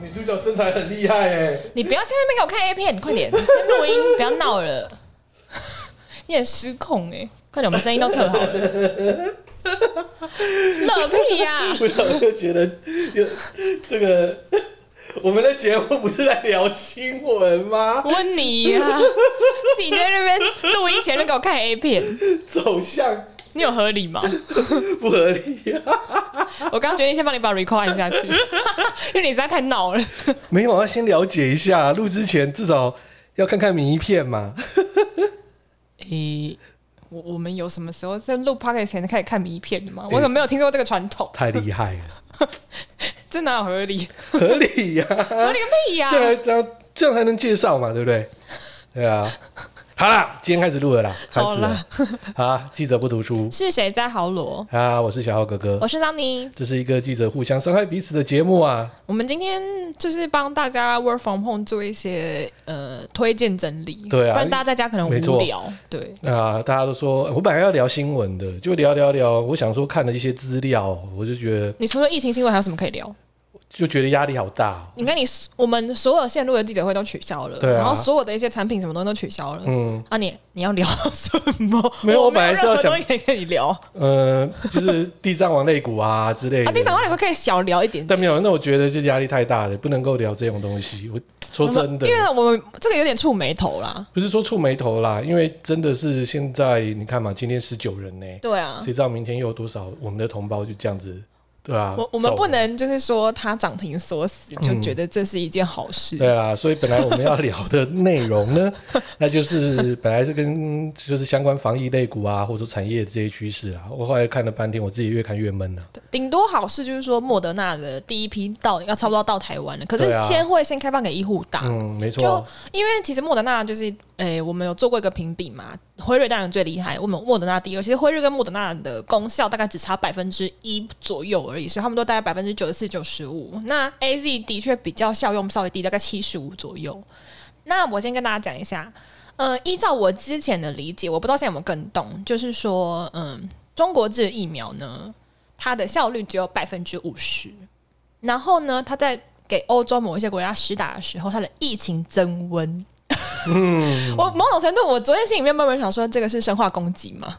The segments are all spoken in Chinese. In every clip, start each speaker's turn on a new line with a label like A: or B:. A: 女主角身材很厉害哎，
B: 你不要在那边给我看 A 片，你快点先录音，不要闹了。你很失控哎、快点，我们声音都测好了。乐屁呀、
A: 不然我就觉得有这个。我们的节目不是在聊新闻吗？
B: 问你呀、自己在那边录音前就给我看 A 片，
A: 走向
B: 你有合理吗？
A: 不合理啊！
B: 我刚决定先帮你把 record 按下去， 因为你实在太闹了。
A: 没有，要啊先了解一下，录之前至少要看看名片嘛。
B: 咦、我我们有什么时候在录 podcast 前开始看迷片的吗？我怎么没有听说这个传统？
A: 太厉害了，
B: 这哪有合理？
A: 合理呀、
B: 合理个屁呀、
A: 这样这样这样才能介绍嘛，对不对？对啊，好啦，今天开始录了啦，开
B: 好
A: 始
B: 啦
A: 了。好啊，记者不读书
B: 是谁在豪罗？
A: 啊，我是小浩哥哥
B: 我，是张妮。
A: 这是一个记者互相伤害彼此的节目啊。
B: 我们今天就是帮大家 work from home 做一些呃推荐整理，
A: 对啊
B: 不然大家在家可能
A: 没错
B: 无聊。对，
A: 啊，大家都说，呃我本来要聊新闻的，就聊聊聊。我想说看了一些资料，我就觉得
B: 你除了疫情新闻还有什么可以聊？
A: 就觉得压力好大、哦。
B: 你看你我们所有线路的记者会都取消了，
A: 对啊
B: 然后所有的一些产品什么东西都取消了。
A: 嗯，
B: 啊你，你要聊什么？
A: 没有
B: 我
A: 我本来是要
B: 没有任何
A: 想
B: 东西可以跟你聊啊。
A: 呃，就是地藏王肋骨啊 之类的。
B: 第三话你可以小聊一点点
A: 但没有，那我觉得这压力太大了，不能够聊这种东西。我说真的，
B: 因为我们这个有点触眉头啦。
A: 不是说触眉头啦，因为真的是现在你看嘛，今天十九人呢、
B: 对啊，
A: 谁知道明天又有多少我们的同胞就这样子，对啊，
B: 我我们
A: 走
B: 不
A: 了
B: 能就是说它涨停锁死，就觉得这是一件好事。
A: 嗯 对啊，所以本来我们要聊的内容呢，那就是本来是跟就是相关防疫类股啊，或者说产业这些趋势啊。我后来看了半天，我自己越看越闷啊了、
B: 顶多好事就是说莫德纳的第一批到要差不多到台湾了，可是
A: 对啊
B: 先会先开放给医护打。
A: 嗯，没
B: 啊就
A: 错，
B: 因为其实莫德纳就是，诶、我们有做过一个评比嘛，辉瑞当然最厉害，我们莫德纳第二。其实辉瑞跟莫德纳的功效大概只差百分之一左右而已，所以他们都大概百分之九十四、九十五。那 A Z 的确比较效用稍微低，大概七十五左右。那我先跟大家讲一下，呃，依照我之前的理解，我不知道现在有没有更动，就是说，嗯，中国制疫苗呢，它的效率只有百分之五十，然后呢，它在给欧洲某一些国家施打的时候，它的疫情增温。
A: 嗯
B: 我某种程度，我昨天心里面慢慢想说，这个是生化攻击嘛？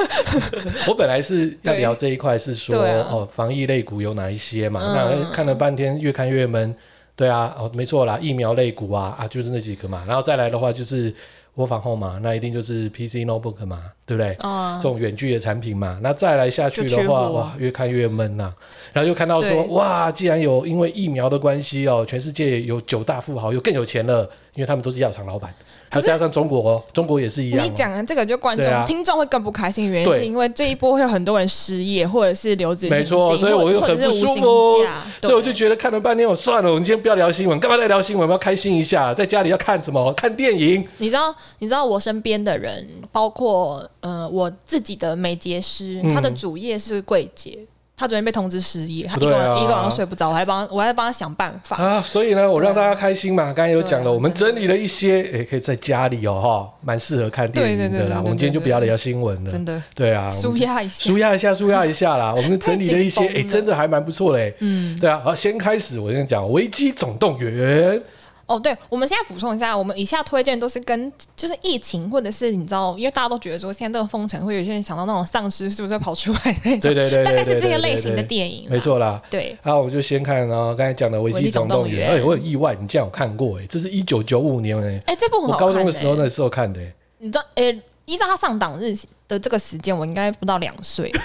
A: 我本来是要
B: 对
A: 聊这一块，是说、
B: 对啊
A: 哦，防疫类股有哪一些嘛？
B: 嗯
A: 那哎看了半天，越看越闷。对啊，哦，没错啦，疫苗类股啊啊，就是那几个嘛。然后再来的话就是我防后嘛，那一定就是 PC notebook 嘛，对不对？
B: 啊、
A: 这种远距的产品嘛，那再来下去
B: 就缺
A: 的话，
B: 货
A: 哇，越看越闷呐、然后又看到
B: 对
A: 说，哇，既然有因为疫苗的关系哦，全世界有九大富豪又更有钱了，因为他们都是药厂老板，还有加上中国哦，中国也是一样、
B: 你
A: 哦。
B: 讲的这个，就观众、
A: 对啊
B: 听众会更不开心，原因是
A: 对
B: 因为这一波会有很多人失业，或者是留职停薪，
A: 没错，所以我
B: 或
A: 就
B: 者
A: 很不舒
B: 或者是无
A: 服
B: 薪假，
A: 所以我就
B: 对
A: 觉得看了半天，我算了，我们今天不要聊新闻，干嘛在聊新闻？我们要开心一下，在家里要看什么？看电 影。
B: 你知道，你知道我身边的人，包括呃我自己的美睫师，
A: 嗯
B: 他的主业是柜姐，他昨天被通知失业，他一个
A: 对
B: 晚、
A: 啊
B: 一个晚上睡不着，我还帮我还帮他想办法。
A: 啊，所以呢，我让大家开心嘛。刚才有讲
B: 对
A: 了，
B: 啊
A: 我们整理了一些，也可以在家里哦，哈，蛮适合看电
B: 对
A: 影
B: 对对
A: 的
B: 对对
A: 啦。我们今
B: 对
A: 天就
B: 对
A: 不要聊新闻了
B: 真，的
A: 对啊，我
B: 舒
A: 们
B: 压一下
A: 舒，压一下，舒压一下 啦。我们整理了一些，
B: 太紧绷
A: 哎、
B: 了
A: 真的还蛮不错嘞。
B: 嗯，
A: 对啊，好，先开始，我先讲《危机总动员》。
B: 哦，对，我们现在补充一下，我们以下推荐都是跟就是疫情，或者是你知道，因为大家都觉得说现在这个封城，会有些人想到那种丧尸是不是会跑出来那种，
A: 对对对对对
B: 大概是这
A: 对对
B: 些类型的
A: 对
B: 电影，啊
A: 没，错啦。
B: 对，
A: 好，我们就先看啊，刚才讲的《危机总动员》
B: 危机总动员
A: 哎、我很意外，你竟然有看过哎、这是一九九五年哎、
B: 哎，这部很
A: 我
B: 好看、欸。
A: 高中的时候那时候看的、哎
B: 你知道，诶、依照他上档日的这个时间，我应该不到两岁。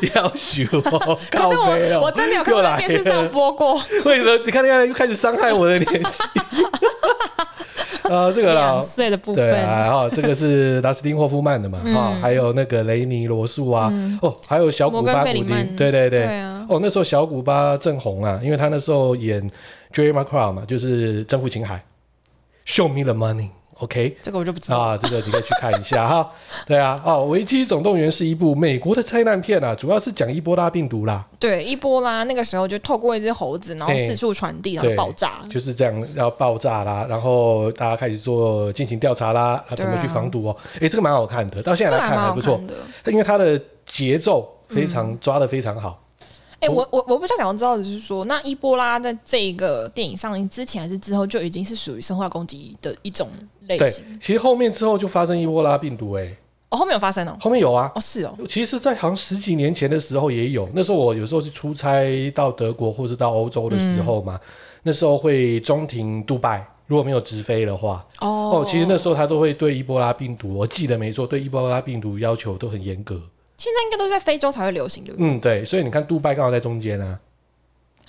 A: 要许我
B: 可
A: 告
B: 是
A: 飞
B: 我
A: 哦，
B: 我真的有看
A: 又
B: 过
A: 来
B: 在电视上
A: 了
B: 播过。
A: 为什么你看你看又开始伤害我的年纪？ 啊，这个啦
B: 两，岁的部
A: 对
B: 分，
A: 啊，然后这个 是达斯汀霍夫曼的嘛，
B: 嗯
A: 哈、还有那个雷尼罗素啊，哦，还有小古
B: 摩根
A: 巴古
B: 费里曼
A: 丁，对对对，
B: 对啊
A: 哦，那时候小古巴正红啊，因为他那时候演 Jerry Maguire 嘛，就是《征服情海》，Show me the money，OK、
B: 这个我就不知道。
A: 啊，这个你可以去看一下哈。对啊，哦，《危机总动员》是一部美国的灾难片啊，主要是讲伊波拉病毒啦，
B: 对，伊波拉那个时候就透过一只猴子，然后
A: 对
B: 四处传递，然后
A: 对，
B: 爆炸。
A: 就是这样，要爆炸啦，然后大家开始做进行调查啦，啊，
B: 对
A: 怎
B: 啊
A: 么去防毒哦？诶，这个蛮好看的，到现
B: 这
A: 在
B: 个
A: 来
B: 还蛮
A: 看还
B: 好
A: 不错
B: 看，的。嗯
A: 因为它的节奏非常抓的非常好。
B: 哎、我我我不想想知道的是说，那伊波拉在这一个电影上映之前还是之后，就已经是属于生化攻击的一种类
A: 对
B: 型。，
A: 其实后面之后就发生伊波拉病毒、欸，
B: 哦，后面有发生哦，
A: 后面有啊，
B: 哦是哦，
A: 其实，在好像十几年前的时候也有，那时候我有时候是出差到德国或是到欧洲的时候
B: 嗯
A: 嘛，那时候会中停杜拜，如果没有直飞的话，
B: 哦
A: 哦，其实那时候他都会对伊波拉病毒，我记得没错，对伊波拉病毒要求都很严格。
B: 现在应该都是在非洲才会流行，对不对？
A: 嗯，对，所以你看杜拜刚好在中间啊，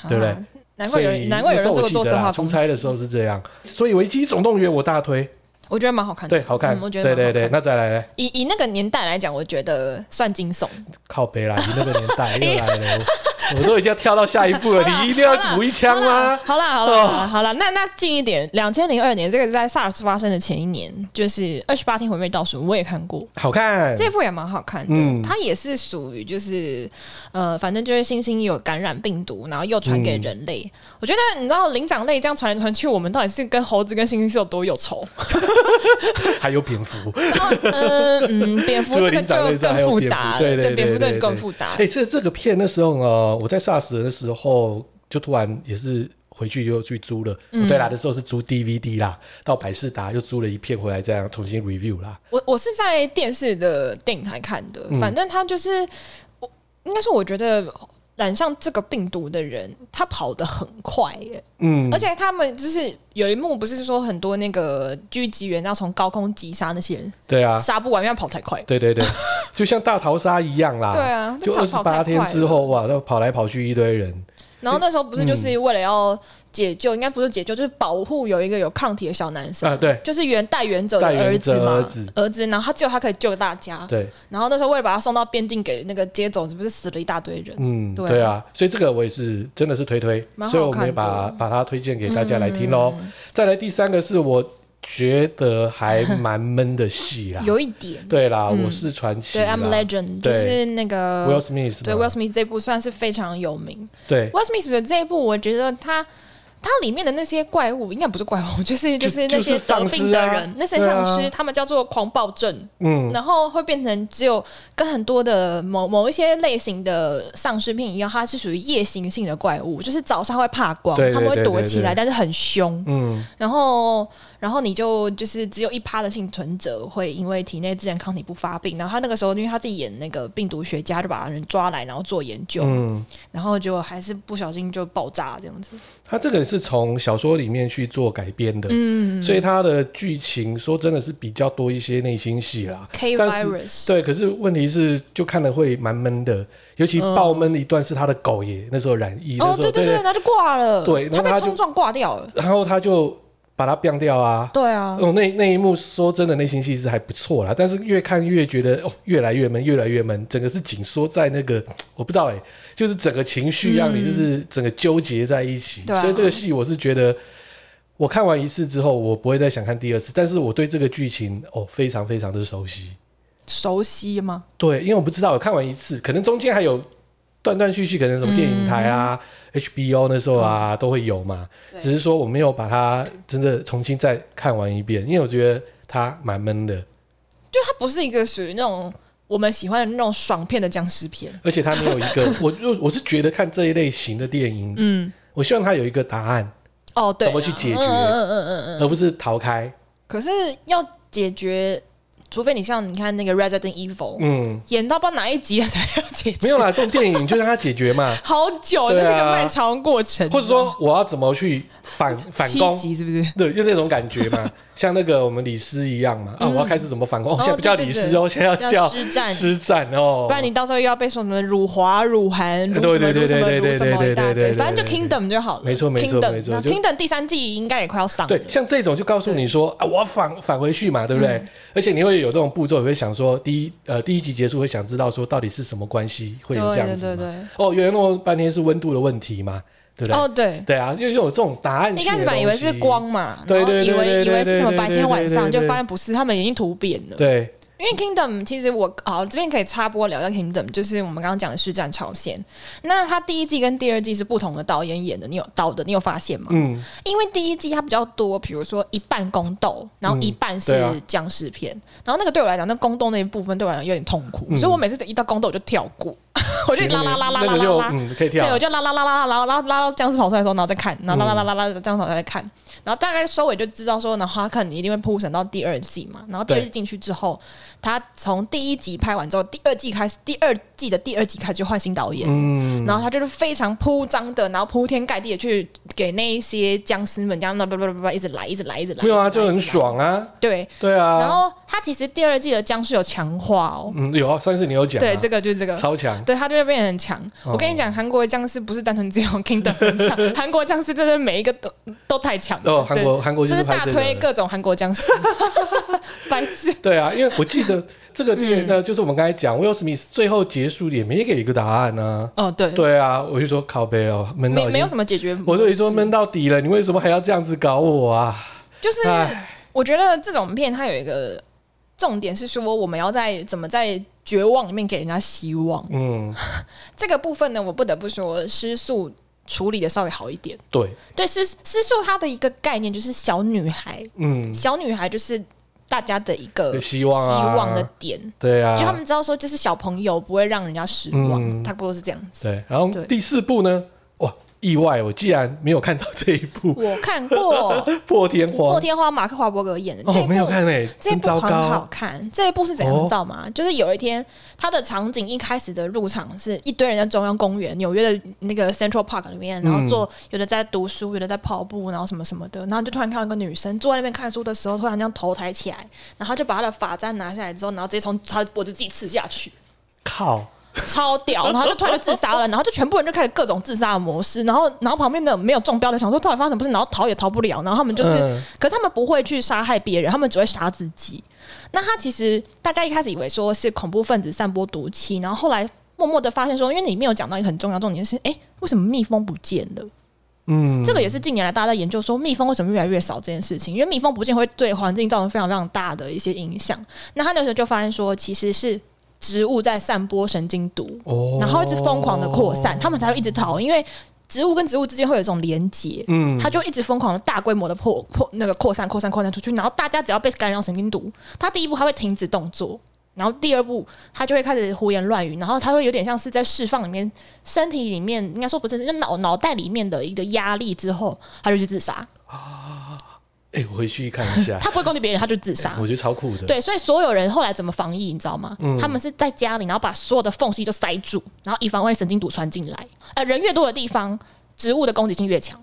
A: 对不对
B: 啊难怪有
A: 所
B: 人，
A: 以
B: 难怪有
A: 那时
B: 人
A: 候
B: 这
A: 我
B: 个
A: 记得
B: 做生
A: 啦
B: 化
A: 出
B: 攻击
A: 差的时候是这样，所以《维基总动员》我大推，
B: 我觉得蛮好看的，
A: 对，好看，
B: 嗯我觉得蛮好
A: 对对
B: 看的
A: 对，那再来来
B: 以以那个年代来讲，我觉得算惊悚。
A: 靠北啦，你那个年 代又来了，我我都已经要跳到下一步了，你一定要补一枪吗？哦
B: 好啦好啦好啦好啦好啦，那那近一点，两千零二年，这个是在 SARS 发生的前一年，就是二十八天毁灭倒数，我也看过。
A: 好看，
B: 这部也蛮好看的，
A: 嗯
B: 它也是属于就是呃，反正就是猩猩有感染病毒，然后又传给人类。
A: 嗯
B: 我觉得你知道灵长类这样传来传去，我们到底是跟猴子跟猩猩是有多有 仇？
A: 还有蝙蝠，
B: 然后嗯嗯，蝙蝠
A: 除了
B: 这个
A: 灵长类
B: 就
A: 之外
B: 更
A: 还有
B: 复
A: 蝙蝠
B: 杂了，
A: 对对对
B: 蝙蝠
A: 对
B: 这个
A: 对
B: 更
A: 对
B: 复杂
A: 哎、。这这个片那时候呢，我在 SARS 的时候就突然也是回去又去租了，
B: 嗯
A: 不对啦，那时候是租 DVD 啦，到百事达又租了一片回来，这样重新 review 啦。
B: 我我是在电视的电影台看的，
A: 嗯
B: 反正他就是我，应该是我觉得染上这个病毒的人，他跑得很快耶，
A: 嗯
B: 而，且他们就是有一幕不是说很多那个狙击员要从高空击杀那些人，
A: 对啊，
B: 杀不完，因为他跑太快。
A: 对对对，就像大逃杀一样啦。
B: 对啊
A: 就
B: 那
A: 二
B: 跑
A: 十
B: 跑太
A: 八天
B: 快
A: 之后，嗯哇，那跑来跑去一堆人。
B: 然后那时候不是就是为了要解救，应该不是解救，就是保护有一个有抗体的小男生
A: 啊对
B: 就是原代原者的
A: 代原
B: 儿子
A: 者
B: 嘛，
A: 儿子
B: 然后他只有他可以救大家。
A: 对，
B: 然后那时候为了把他送到边境给那个接走，是不是死了一大堆人？
A: 嗯，
B: 对啊
A: 对啊，所以这个我也是真的是推推，
B: 蛮好
A: 所以我们也
B: 看的嗯
A: 把把它推荐给大家来听喽。再来第三个是我觉得还蛮闷的戏啦
B: ，有一点，
A: 啊对啦，
B: 嗯
A: 我是传奇
B: 对
A: 啦。
B: ，I'm Legend，就
A: 对
B: 是那
A: Will
B: 个
A: Smith 啊
B: 对
A: 嘛
B: Will Smith 这部算是非常有名。
A: 对
B: Will Smith 的这一部，我觉得他他里面的那些怪物，应该不是怪物， 就是
A: 就是
B: 那些
A: 就是
B: 得
A: 丧
B: 病
A: 尸
B: 的
A: 啊
B: 人，那些丧
A: 对
B: 尸，
A: 啊
B: 他们叫做狂暴症，
A: 嗯
B: 然后会变成只有跟很多的某某一些类型的丧尸片一样，它是属于夜行性的怪物，就是早上会怕光，
A: 对对
B: 他们会
A: 对
B: 躲
A: 对
B: 起来，
A: 对
B: 但是很凶。
A: 嗯，
B: 然后，然后你就就是只有一趴的幸存者会因为体内自然抗体不发病，然后他那个时候因为他自己演那个病毒学家，就把人抓来然后做研究，
A: 嗯
B: 然后就还是不小心就爆炸这样子。
A: 他这个是从小说里面去做改编的，
B: 嗯
A: 所以他的剧情说真的是比较多一些内心戏啦。
B: ，K
A: 但是
B: virus，
A: 对，可是问题是，就看的会蛮闷的，尤其爆闷的一段是他的狗也那时候染疫，那
B: 嗯哦，
A: 时候
B: 对对对，然后就挂了，
A: 对然
B: 他
A: 后
B: 被
A: 他就
B: 冲撞挂掉了，
A: 然后他就把它变掉啊。
B: 对啊，
A: 哦，那那一幕说真的，内心戏是还不错啦，但是越看越觉得哦，越来越闷，越来越闷，整个是紧缩在那个，我不知道哎、就是整个情绪让你就是整个纠结在一起，
B: 嗯对啊
A: 所以这个戏我是觉得。我看完一次之后，我不会再想看第二次，但是我对这个剧情哦非常非常的熟悉。
B: 熟悉吗？
A: 对，因为我不知道，我看完一次，可能中间还有断断续续，可能什么电
B: 嗯
A: 影台啊、HBO 那时候啊、都会有嘛。
B: 对
A: 只是说我没有把它真的重新再看完一遍，因为我觉得它蛮闷的，
B: 就它不是一个属于那种我们喜欢的那种爽片的僵尸片，
A: 而且它没有一 个，我就我是觉得看这一类型的电影，
B: 嗯，
A: 我希望它有一个答案，
B: 哦，对啊，
A: 怎么去解决
B: 嗯嗯嗯嗯嗯。
A: 而不是逃开。
B: 可是要解决，除非你像你看那个《Resident Evil、
A: 嗯，
B: 演到不知道哪一集才要解决，，
A: 没有啦，这种电影就让它解决嘛
B: 好久，
A: 对
B: 那
A: 啊
B: 是个漫长的过程。啊
A: 或者说我要怎么去反反攻
B: 七。集是不是？
A: 对，就那种感觉嘛，像那个我们李师一样嘛，啊，我要开始怎么反攻？哦，
B: 哦
A: 现在不叫
B: 对
A: 李
B: 对对
A: 师哦，现在要
B: 要
A: 叫
B: 施战，
A: 施战哦，
B: 不然你到时候又要被说什么辱华、辱韩、辱什
A: 对
B: 么、
A: 对
B: 辱
A: 对
B: 什么、
A: 对
B: 辱
A: 对
B: 什么一
A: 对对
B: 大
A: 对对
B: 堆，
A: 对
B: 反正就
A: 对
B: Kingdom 就好了。
A: 没错没错
B: Kingdom，
A: 没错
B: 那
A: 就
B: Kingdom 第三季应该也快要上了。
A: 对，像这种就告诉你说啊，我要返返回去嘛，对不对？
B: 嗯
A: 而且你会有这种步骤，也会想说，第一呃第一集结束会想知道说到底是什么关系会
B: 对
A: 有这样
B: 对
A: 子
B: 对
A: 嘛？
B: 对。
A: 哦，原来弄了半天是温度的问题嘛，对不对？
B: 哦，对，
A: 对啊，因为有这种答案
B: 一
A: 性的
B: 开始本来以为是
A: 东西，
B: 光嘛，
A: 对
B: 然后
A: 对
B: 以
A: 对
B: 为
A: 对
B: 以为是什么
A: 对对
B: 白天晚上，
A: 对对
B: 就
A: 对
B: 发现不是，他们已经突变了。
A: 对，
B: 因为 Kingdom 其实我好这边可以插播聊一下 Kingdom，就是我们刚刚讲的《师战朝鲜》。那它第一季跟第二季是不同的导演演的，你有导的，你有发现吗？
A: 嗯，
B: 因为第一季它比较多，比如说一半宫斗，然后一半
A: 嗯对
B: 是
A: 啊
B: 僵尸片，然后那个对我来讲，那宫斗那一部分对我来讲有点痛苦，
A: 嗯
B: 所以我每次一到宫斗我就跳过。我就拉拉拉拉
A: 那
B: 拉
A: 个
B: 拉
A: 就
B: 拉，
A: 嗯可以跳
B: 对，我，就拉拉拉拉拉拉拉拉到僵尸跑出来的时候，然后再看，然后拉拉拉拉拉僵尸跑出来再看，然后大概收尾就知道说，然后他可能一定会铺陈到第二季嘛。然后第二季进去之后，他从第一集拍完之后，第二季开始，第二季的第二集开始就换新导演，
A: 嗯，
B: 然后他就是非常铺张的，然后铺天盖地的去给那一些僵尸们这样叭叭叭叭叭一直来，一直来，一直来，
A: 没有啊，
B: 一直来
A: 就很。爽啊，
B: 一直来对，
A: 对
B: 然
A: 啊，
B: 后他其实第二季的僵尸有强化哦，
A: 嗯，有啊，上次你有讲啊，
B: 对，这个就是 这个。
A: 超强，
B: 对，他就会变得很强。
A: 哦
B: 我跟你讲，韩国的僵尸不是单纯只有 Kingdom 很强，韩国僵尸真的每一个都都太强了。
A: 哦，韩国韩国
B: 对，
A: 就
B: 这
A: 是
B: 是
A: 拍
B: 大
A: 这
B: 推
A: 个。
B: 各种韩国 僵尸，白痴。
A: 对啊，因为我记 得这个
B: 嗯
A: 电影呢，就是我们刚才讲，Will Smith 最后结束也没给一个答案呢、
B: 哦，对
A: 啊。，对啊，我就说靠背哦，闷
B: 没
A: 到已
B: 没有
A: 经，
B: 什么解决模式。
A: 我就已经说闷到底了，你为什么还要这样子搞我啊？
B: 就是
A: 唉
B: 我觉得这种片它有一个重点是说，我们要在怎么在绝望里面给人家希望。
A: 嗯，
B: 这个部分呢，我不得不说，失速处理的稍微好一点。
A: 对，
B: 对，失失速它的一个概念就是小女孩，
A: 嗯，
B: 小女孩就是大家的一个
A: 希望啊
B: 希望的点。
A: 对啊
B: 就，他们知道说，就是小朋友不会让人家失望，
A: 嗯
B: 差不多是这样子。
A: 对。然后
B: 对
A: 第四部呢，哇，意外，我竟然没有看到这一 部《
B: 我看过《
A: 破天荒
B: 破》天荒》，马克华伯格演的，这一
A: 哦，
B: 部
A: 没有看诶、
B: 这一
A: 真
B: 部
A: 糟
B: 很好
A: 糕。哦
B: 看，这一部是怎样你知道吗？就是有一天，它的场景一开始的入场是一堆人在中央公园，纽约的那个 Central Park 里面，然后做
A: 嗯
B: 有的在读书，有的在跑步，然后什么什么的，然后就突然看到一个女生坐在那边看书的时候，突然这样头抬起来，然后就把她的发簪拿下来之后，然后直接从她的脖子自己刺下去，
A: 靠，
B: 超屌，然后就突然就自 杀了，然后就全部人就开始各种自杀的模式，然后然后旁边的没有中标的想说到底发生什么事，然后逃也逃不了，然后他们就是，
A: 嗯
B: 可是他们不会去杀害别人，他们只会杀自己。那他其实大家一开始以为说是恐怖分子散播毒气，然后后来默默的发现说，因为里面有讲到一个很重要重点是，哎，为什么蜜蜂不见了？
A: 嗯，
B: 这个也是近年来大家在研究说蜜蜂为什么越来越少这件事情，因为蜜蜂不见会对环境造成非常非常大的一些影响。那他那时候就发现说，其实是植物在散播神经毒，
A: 哦
B: 然后一直疯狂的扩散，他们才会一直逃，因为植物跟植物之间会有一种连接。
A: 嗯，
B: 它就一直疯狂的大规模的破破那个扩散扩散扩散出去，然后大家只要被感染神经毒，它第一步它会停止动作，然后第二步它就会开始胡言乱语，然后它会有点像是在释放里面身体里面应该说不是，就脑脑袋里面的一个压力之后，它就去自杀，
A: 哎、我回去看一 下，
B: 它不会攻击别人，它就自杀
A: 我。觉得超酷的。
B: 对，所以所有人后来怎么防疫，你知道吗？
A: 嗯
B: 他们是在家里，然后把所有的缝隙就塞住，然后以防万一神经毒传进来。呃，人越多的地方，植物的攻击性越强。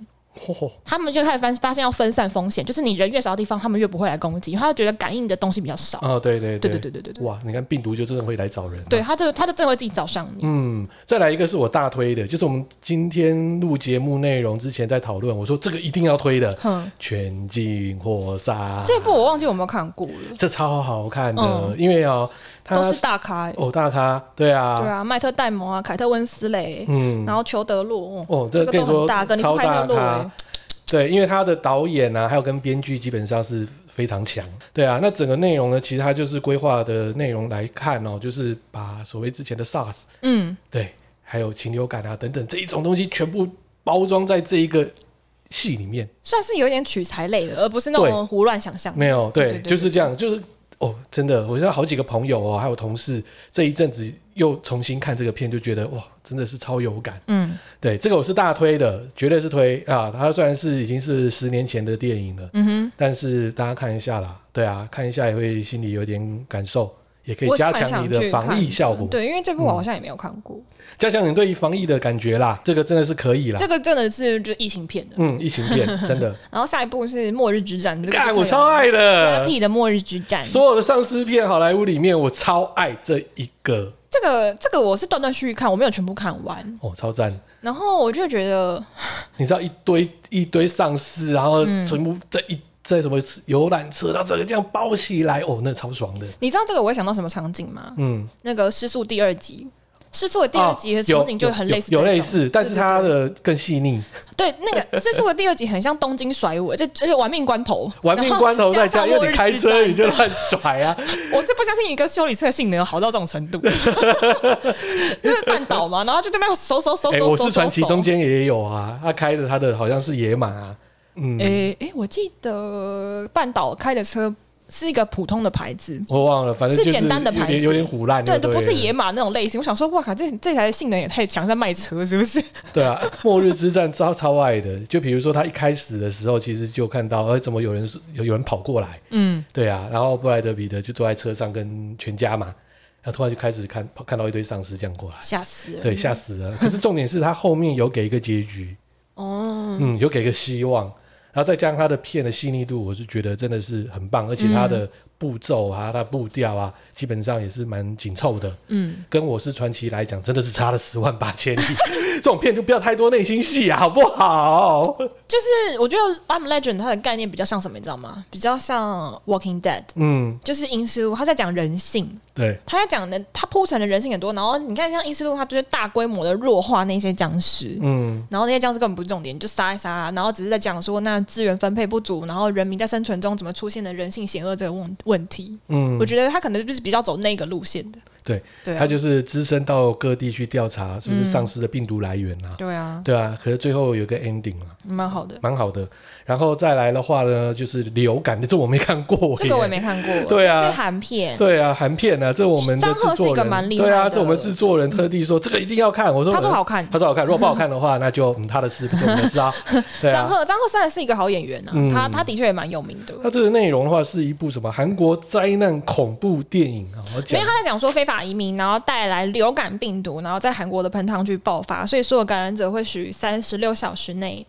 A: 嚯
B: 他们就开始发发现要分散风险，就是你人越少的地方，他们越不会来攻击，因为他就觉得感应的东西比较少。
A: 哦，对对
B: 对
A: 对
B: 对对对对对，
A: 哇，你看病毒就真的会来找人、啊
B: 对，他这个他就真的会自己找上你。
A: 嗯，再来一个是我大推的，就是我们今天录节目内容之前在讨论，我说这个一定要推的，
B: 哼，
A: 全境火杀》
B: 这部我忘记有没有看过了，
A: 这超好看的，
B: 嗯
A: 因为哦，
B: 都
A: 他
B: 是大咖欸、
A: 哦大咖，对啊，
B: 对啊，麦特戴蒙啊，凯特温斯雷，
A: 嗯，
B: 然后裘德洛，
A: 哦，
B: 这
A: 这
B: 个
A: 跟
B: 都
A: 你说
B: 很大个，你是
A: 超
B: 麦特
A: 大
B: 洛
A: 咖
B: 欸，，
A: 对，因为他的导演啊，还有跟编剧基本上是非常强，对啊。那整个内容呢，其实他就是规划的内容来看哦，就是把所谓之前的 SARS，
B: 嗯，
A: 对，还有禽流感啊等等这一种东西，全部包装在这一个戏里面，
B: 算是有点取材类的，而不是那
A: 对
B: 种胡乱想象。
A: 没有，
B: 对
A: 对，
B: 对
A: 就是这样，就是哦，真的，我像好几个朋友哦，还有同事，这一阵子又重新看这个片，就觉得哇，真的是超有感。
B: 嗯，
A: 对，这个我是大推的，绝对是推啊！它虽然是已经是十年前的电影了，嗯哼，但是大家看一下啦，对啊，看一下也会心里有点感受，也可以
B: 我是
A: 加
B: 蛮
A: 强
B: 想
A: 你
B: 去
A: 的
B: 看
A: 防疫效果，嗯
B: 对，因为这部我好像也没有看过，
A: 加强你对于防疫的感觉啦，这个真的是可以啦
B: 这。个真的是就是疫情片的。
A: 嗯，疫情 片真的，
B: 然后下一部是《末日之战》，这个
A: 干
B: 就可以
A: 我
B: 了
A: 超爱的
B: Happy 的《末日之战》，
A: 所有的丧尸片，好莱坞里面我超爱这一个，
B: 这个这个我是断断续续看，我没有全部看完。
A: 哦，超赞！
B: 然后我就觉得，
A: 你知道一堆一堆丧尸，然后
B: 嗯
A: 全部在一在什么游览车，然后整个这样包起来，哦，那超爽的。
B: 你知道这个我会想到什么场景吗？
A: 嗯，
B: 那个《失速》第二集，《失速》的第二集的
A: 哦
B: 场景就很类似这
A: 有
B: 种、
A: 有有类似，但是它的更细腻。
B: 对对对那个《失速》的第二集很像东京甩尾，这这玩命关头，
A: 玩命关头在
B: 再
A: 家，因为你开车你就乱甩 啊，
B: 我是不相信一个修理车的性能有好到这种程 度，就是半岛嘛，然后就对面手手手手
A: 哎、
B: 手，
A: 我是传奇
B: 手手
A: 中间也有啊，他开的
B: 哎
A: 他的好像是野马啊，嗯，
B: 诶诶，我记得半岛开的车是一个普通的牌子，
A: 我忘了，反正
B: 是
A: 就是
B: 简单的
A: 有
B: 牌
A: 点
B: 子
A: 有点虎烂，
B: 对，
A: 哦对
B: 不
A: 了，
B: 是野马那种类型。我想说，哇靠，这这台性能也太强，在卖车是不是？
A: 对啊，末日之战超超爱的，就比如说他一开始的时候，其实就看到，呃，怎么有人有有人跑过来，
B: 嗯，
A: 对啊，然后布莱德彼得就坐在车上跟全家嘛，然后突然就开始看看到一堆丧尸这样过来，
B: 吓死人。
A: 对，吓死了。可是重点是他后面有给一个结局，
B: 哦，
A: 嗯，有给一个希望，然后再加上他的片的细腻度，我是觉得真的是很棒，而且他
B: 嗯
A: 的步骤啊、他的步调啊，基本上也是蛮紧凑的。
B: 嗯，
A: 跟《我是传奇》来讲，真的是差了十万八千里。 这种片就不要太多内心戏啊，好不好？
B: 就是我觉得《I'm Legend》它的概念比较像什么，你知道吗？比较像《Walking Dead》，
A: 嗯，
B: 就是《阴尸路》，它在讲人性，
A: 对，
B: 它在讲的，它铺陈的人性很多。然后你看，像《阴尸路》，它就是大规模的弱化那些僵尸，
A: 嗯，
B: 然后那些僵尸根本不是重点，你就杀一杀，然后只是在讲说那资源分配不足，然后人民在生存中怎么出现了人性险恶这个问问题。
A: 嗯
B: 我觉得他可能就是比较走那个路线的，
A: 对，
B: 对啊，嗯
A: 他就是只身到各地去调查，就是丧尸的病毒来源啊。
B: 对啊，
A: 对啊，可是最后有个 ending 啊，
B: 蛮好的。
A: 蛮好的。然后再来的话呢，就是流感的，这我没看过耶，
B: 这个我也没看过，
A: 对啊
B: 是韩片。
A: 对啊，韩片啊，这我们的
B: 张
A: 制
B: 赫是一
A: 作
B: 个
A: 人，
B: 蛮厉害的
A: 对啊，这我们制作人特地说、这个一定要看。我说
B: 他说
A: 呃
B: 好看，
A: 他说好看，如果不好看的话，那就嗯他的事不是我们的 事啊。对
B: 张
A: 啊，
B: 赫，张赫真的是一个好演员啊，
A: 嗯
B: 他他的确也蛮有名的。
A: 那这个内容的话是一部什么韩国灾难恐怖电影啊？我
B: 因
A: 讲
B: 为他在讲说非法移民，然后带来流感病毒，然后在韩国的喷汤剧爆发，所以所有感染者会死于三十六小时内，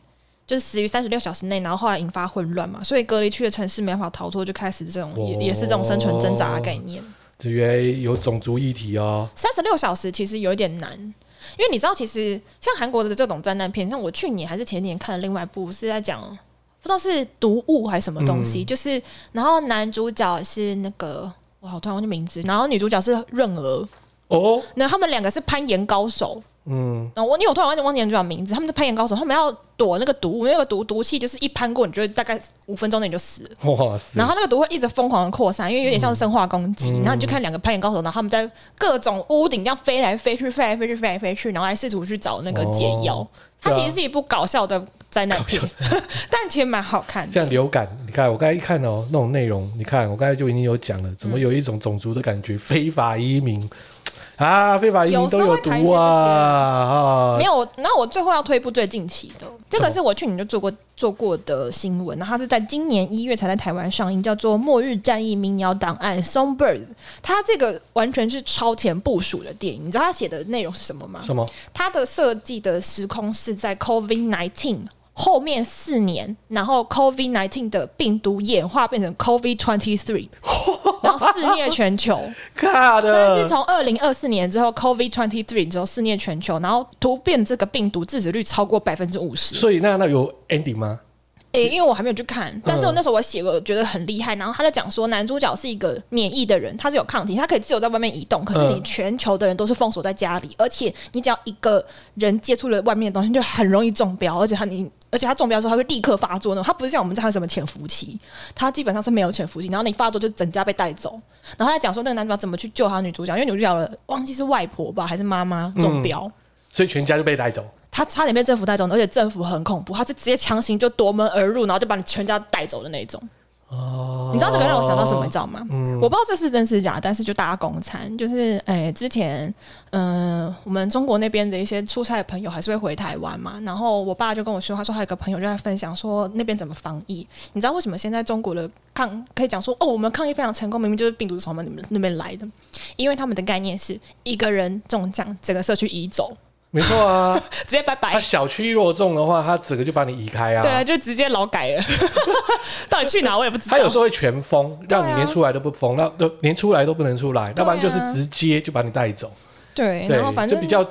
B: 就是死于三十六小时内，然后后来引发混乱嘛，所以隔离区的城市没办法逃脱，就开始这种也、
A: 哦
B: 也是这种生存挣扎的概念。
A: 这原来有种族议题哦。
B: 三十六小时其实有一点难，因为你知道，其实像韩国的这种灾难片，像我去年还是前年看的另外一部是在讲，不知道是毒物还是什么东西，就是然后男主角是那个我好突然忘记名字，然后女主角是润儿，
A: 哦，
B: 那他们两个是攀岩高手。
A: 嗯，
B: 然后我因为我突然忘记忘记男主角名字，他们是攀岩高手，他们要躲那个毒物，因为那个毒毒气就是一攀过，你就会大概五分钟内你就死了。
A: 哇塞
B: 然，后那个毒会一直疯狂的扩散，因为有点像是生化攻击。
A: 嗯
B: 然后你就看两个攀岩高手，然后他们在各种屋顶这样飞来飞去、飞来飞去、飞来飞去，然后还试图去找那个解药。
A: 哦
B: 它
A: 对啊
B: 其实是一部搞笑的灾难片， 但其实蛮好看的。
A: 像流感，你看我刚才一看哦，那种内容，你看我刚才就已经有讲了，怎么有一种种族的感觉，非法移民啊，非法移民
B: 有时
A: 都
B: 候
A: 有
B: 会谈一些
A: 毒啊啊
B: 没，有，我那我最后要推一部最近期的，这个是我去年就做过做过的新闻，然后它是在今年一月才在台湾上映，叫做《末日战役民谣档案》（Songbird）。它这个完全是超前部署的电影，你知道它写的内容是什么吗？
A: 啊什么？
B: 它的设计的时空是在 COVID nineteen 后面四年，然后 COVID nineteen 的病毒演化变成 COVID twenty three，然后肆虐全球。
A: 尬
B: 所以
A: 的
B: 是，从二零二四年之后 COVID twenty three 之后肆虐全球，然后突变这个病毒致死率超过百分之五十。
A: 所以那那有 ending 吗？
B: 诶、因为我还没有去看，但是我那时候我写过，我觉得很厉害。然后他就讲说，男主角是一个免疫的人，他是有抗体，他可以自由在外面移动。可是你
A: 嗯
B: 全球的人都是封锁在家里，而且你只要一个人接触了外面的东西，就很容易中标，而且他你。而且他中标之后，他会立刻发作呢。他不是像我们这样有什么潜伏期，他基本上是没有潜伏期。然后你发作就整家被带走。然后他讲说那个男主角怎么去救他女主角，因为女主角的忘记是外婆吧还是妈妈中标，
A: 所以全家就被带走。
B: 他差点被政府带走，而且政府很恐怖，他是直接强行就夺门而入，然后就把你全家带走的那种。
A: 哦，
B: 你知道这个让我想到什么，你知道吗？
A: 嗯
B: 我不知道这是真是假，但是就大家共餐，就是诶、哎之前嗯、呃我们中国那边的一些出差的朋友还是会回台湾嘛，然后我爸就跟我说，他说他有个朋友就在分享说那边怎么防疫，你知道为什么现在中国的抗可以讲说哦，我们抗疫非常成功，明明就是病毒是从我们那边来的，因为他们的概念是一个人中奖，整个社区移走，
A: 没错 啊，
B: 直接拜拜
A: 他。小区若重的话，他整个就把你移开啊。
B: 哎对啊，就直接劳改了。 到底去哪我也不知道。
A: 他有时候会全封，让你
B: 对啊
A: 连出来都不封，那都连出来都不能出来，
B: 对
A: 要
B: 啊
A: 不然就是直接就把你带走。
B: 对，
A: 对
B: 然后，反
A: 就
B: 正
A: 比较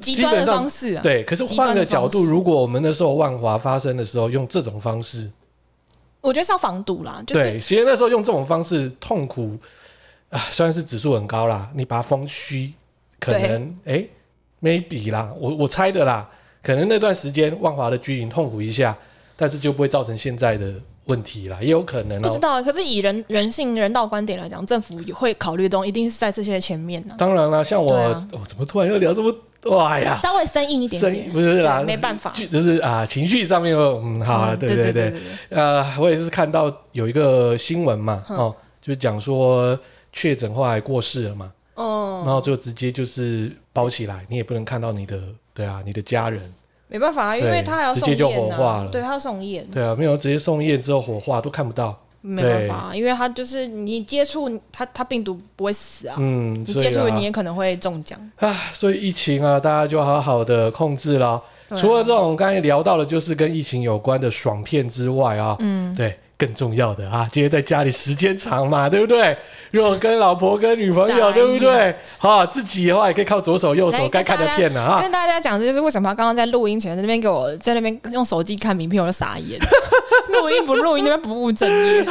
B: 极
A: 基
B: 端的
A: 本上
B: 方式啊。
A: 对。可是换个角
B: 极端的
A: 度，
B: 方式
A: 如果我们那时候万华发生的时候用这种方式，
B: 我觉得是要防堵啦，就是
A: 对，其实那时候用这种方式痛苦啊，虽然是指数很高啦，你把它封虚，可能哎、诶 maybe 啦，我我猜的啦，可能那段时间万华的居民痛苦一下，但是就不会造成现在的问题啦，也有可能
B: 不知
A: 哦。
B: 道，可是以人人性人道观点来讲，政府也会考虑的东西一定是在这些前面呢、
A: 当然啦，像我，
B: 对
A: 我、
B: 啊
A: 哦、怎么突然又聊这么？哇哎呀！
B: 稍微生硬一点
A: 生
B: 点，
A: 不是啦，
B: 对没办法
A: 就就是啊，情绪上面哦，嗯，好啊，
B: 嗯
A: 对
B: 对
A: 对
B: 对
A: 对
B: 对，
A: 呃，我也是看到有一个新闻嘛，哦，就讲说确诊后来过世了嘛，然
B: 嗯，
A: 后就直接就是包起来，你也不能看到你的，对啊，你的家人，
B: 没办法啊，因为
A: 对
B: 他还要
A: 直
B: 送
A: 接就
B: 验
A: 火化
B: 啊
A: 了，
B: 对他要送验，
A: 对啊，没有直接送验之后火化都看不到，
B: 没办法啊，因为他就是你接触他，他病毒不会死啊，
A: 嗯，
B: 你
A: 所
B: 接
A: 以
B: 触你
A: 啊，
B: 也可能会中奖。
A: 啊，所以疫情啊，大家就好好的控制啦。
B: 对啊
A: 除了这种刚才聊到的，就是跟疫情有关的爽片之外啊，
B: 嗯，
A: 对，更重要的啊，今天在家里时间长嘛，对不对？如果跟老婆、跟女朋
B: 傻
A: 友，
B: 眼
A: 对不对？啊，自己的话也可以靠左手、右
B: 来
A: 手该看的片了啊。
B: 跟大家讲，这就是为什么他刚刚在录音前在那边给我在那边用手机看名片，我就傻 眼。录音不录音，那边不务正业。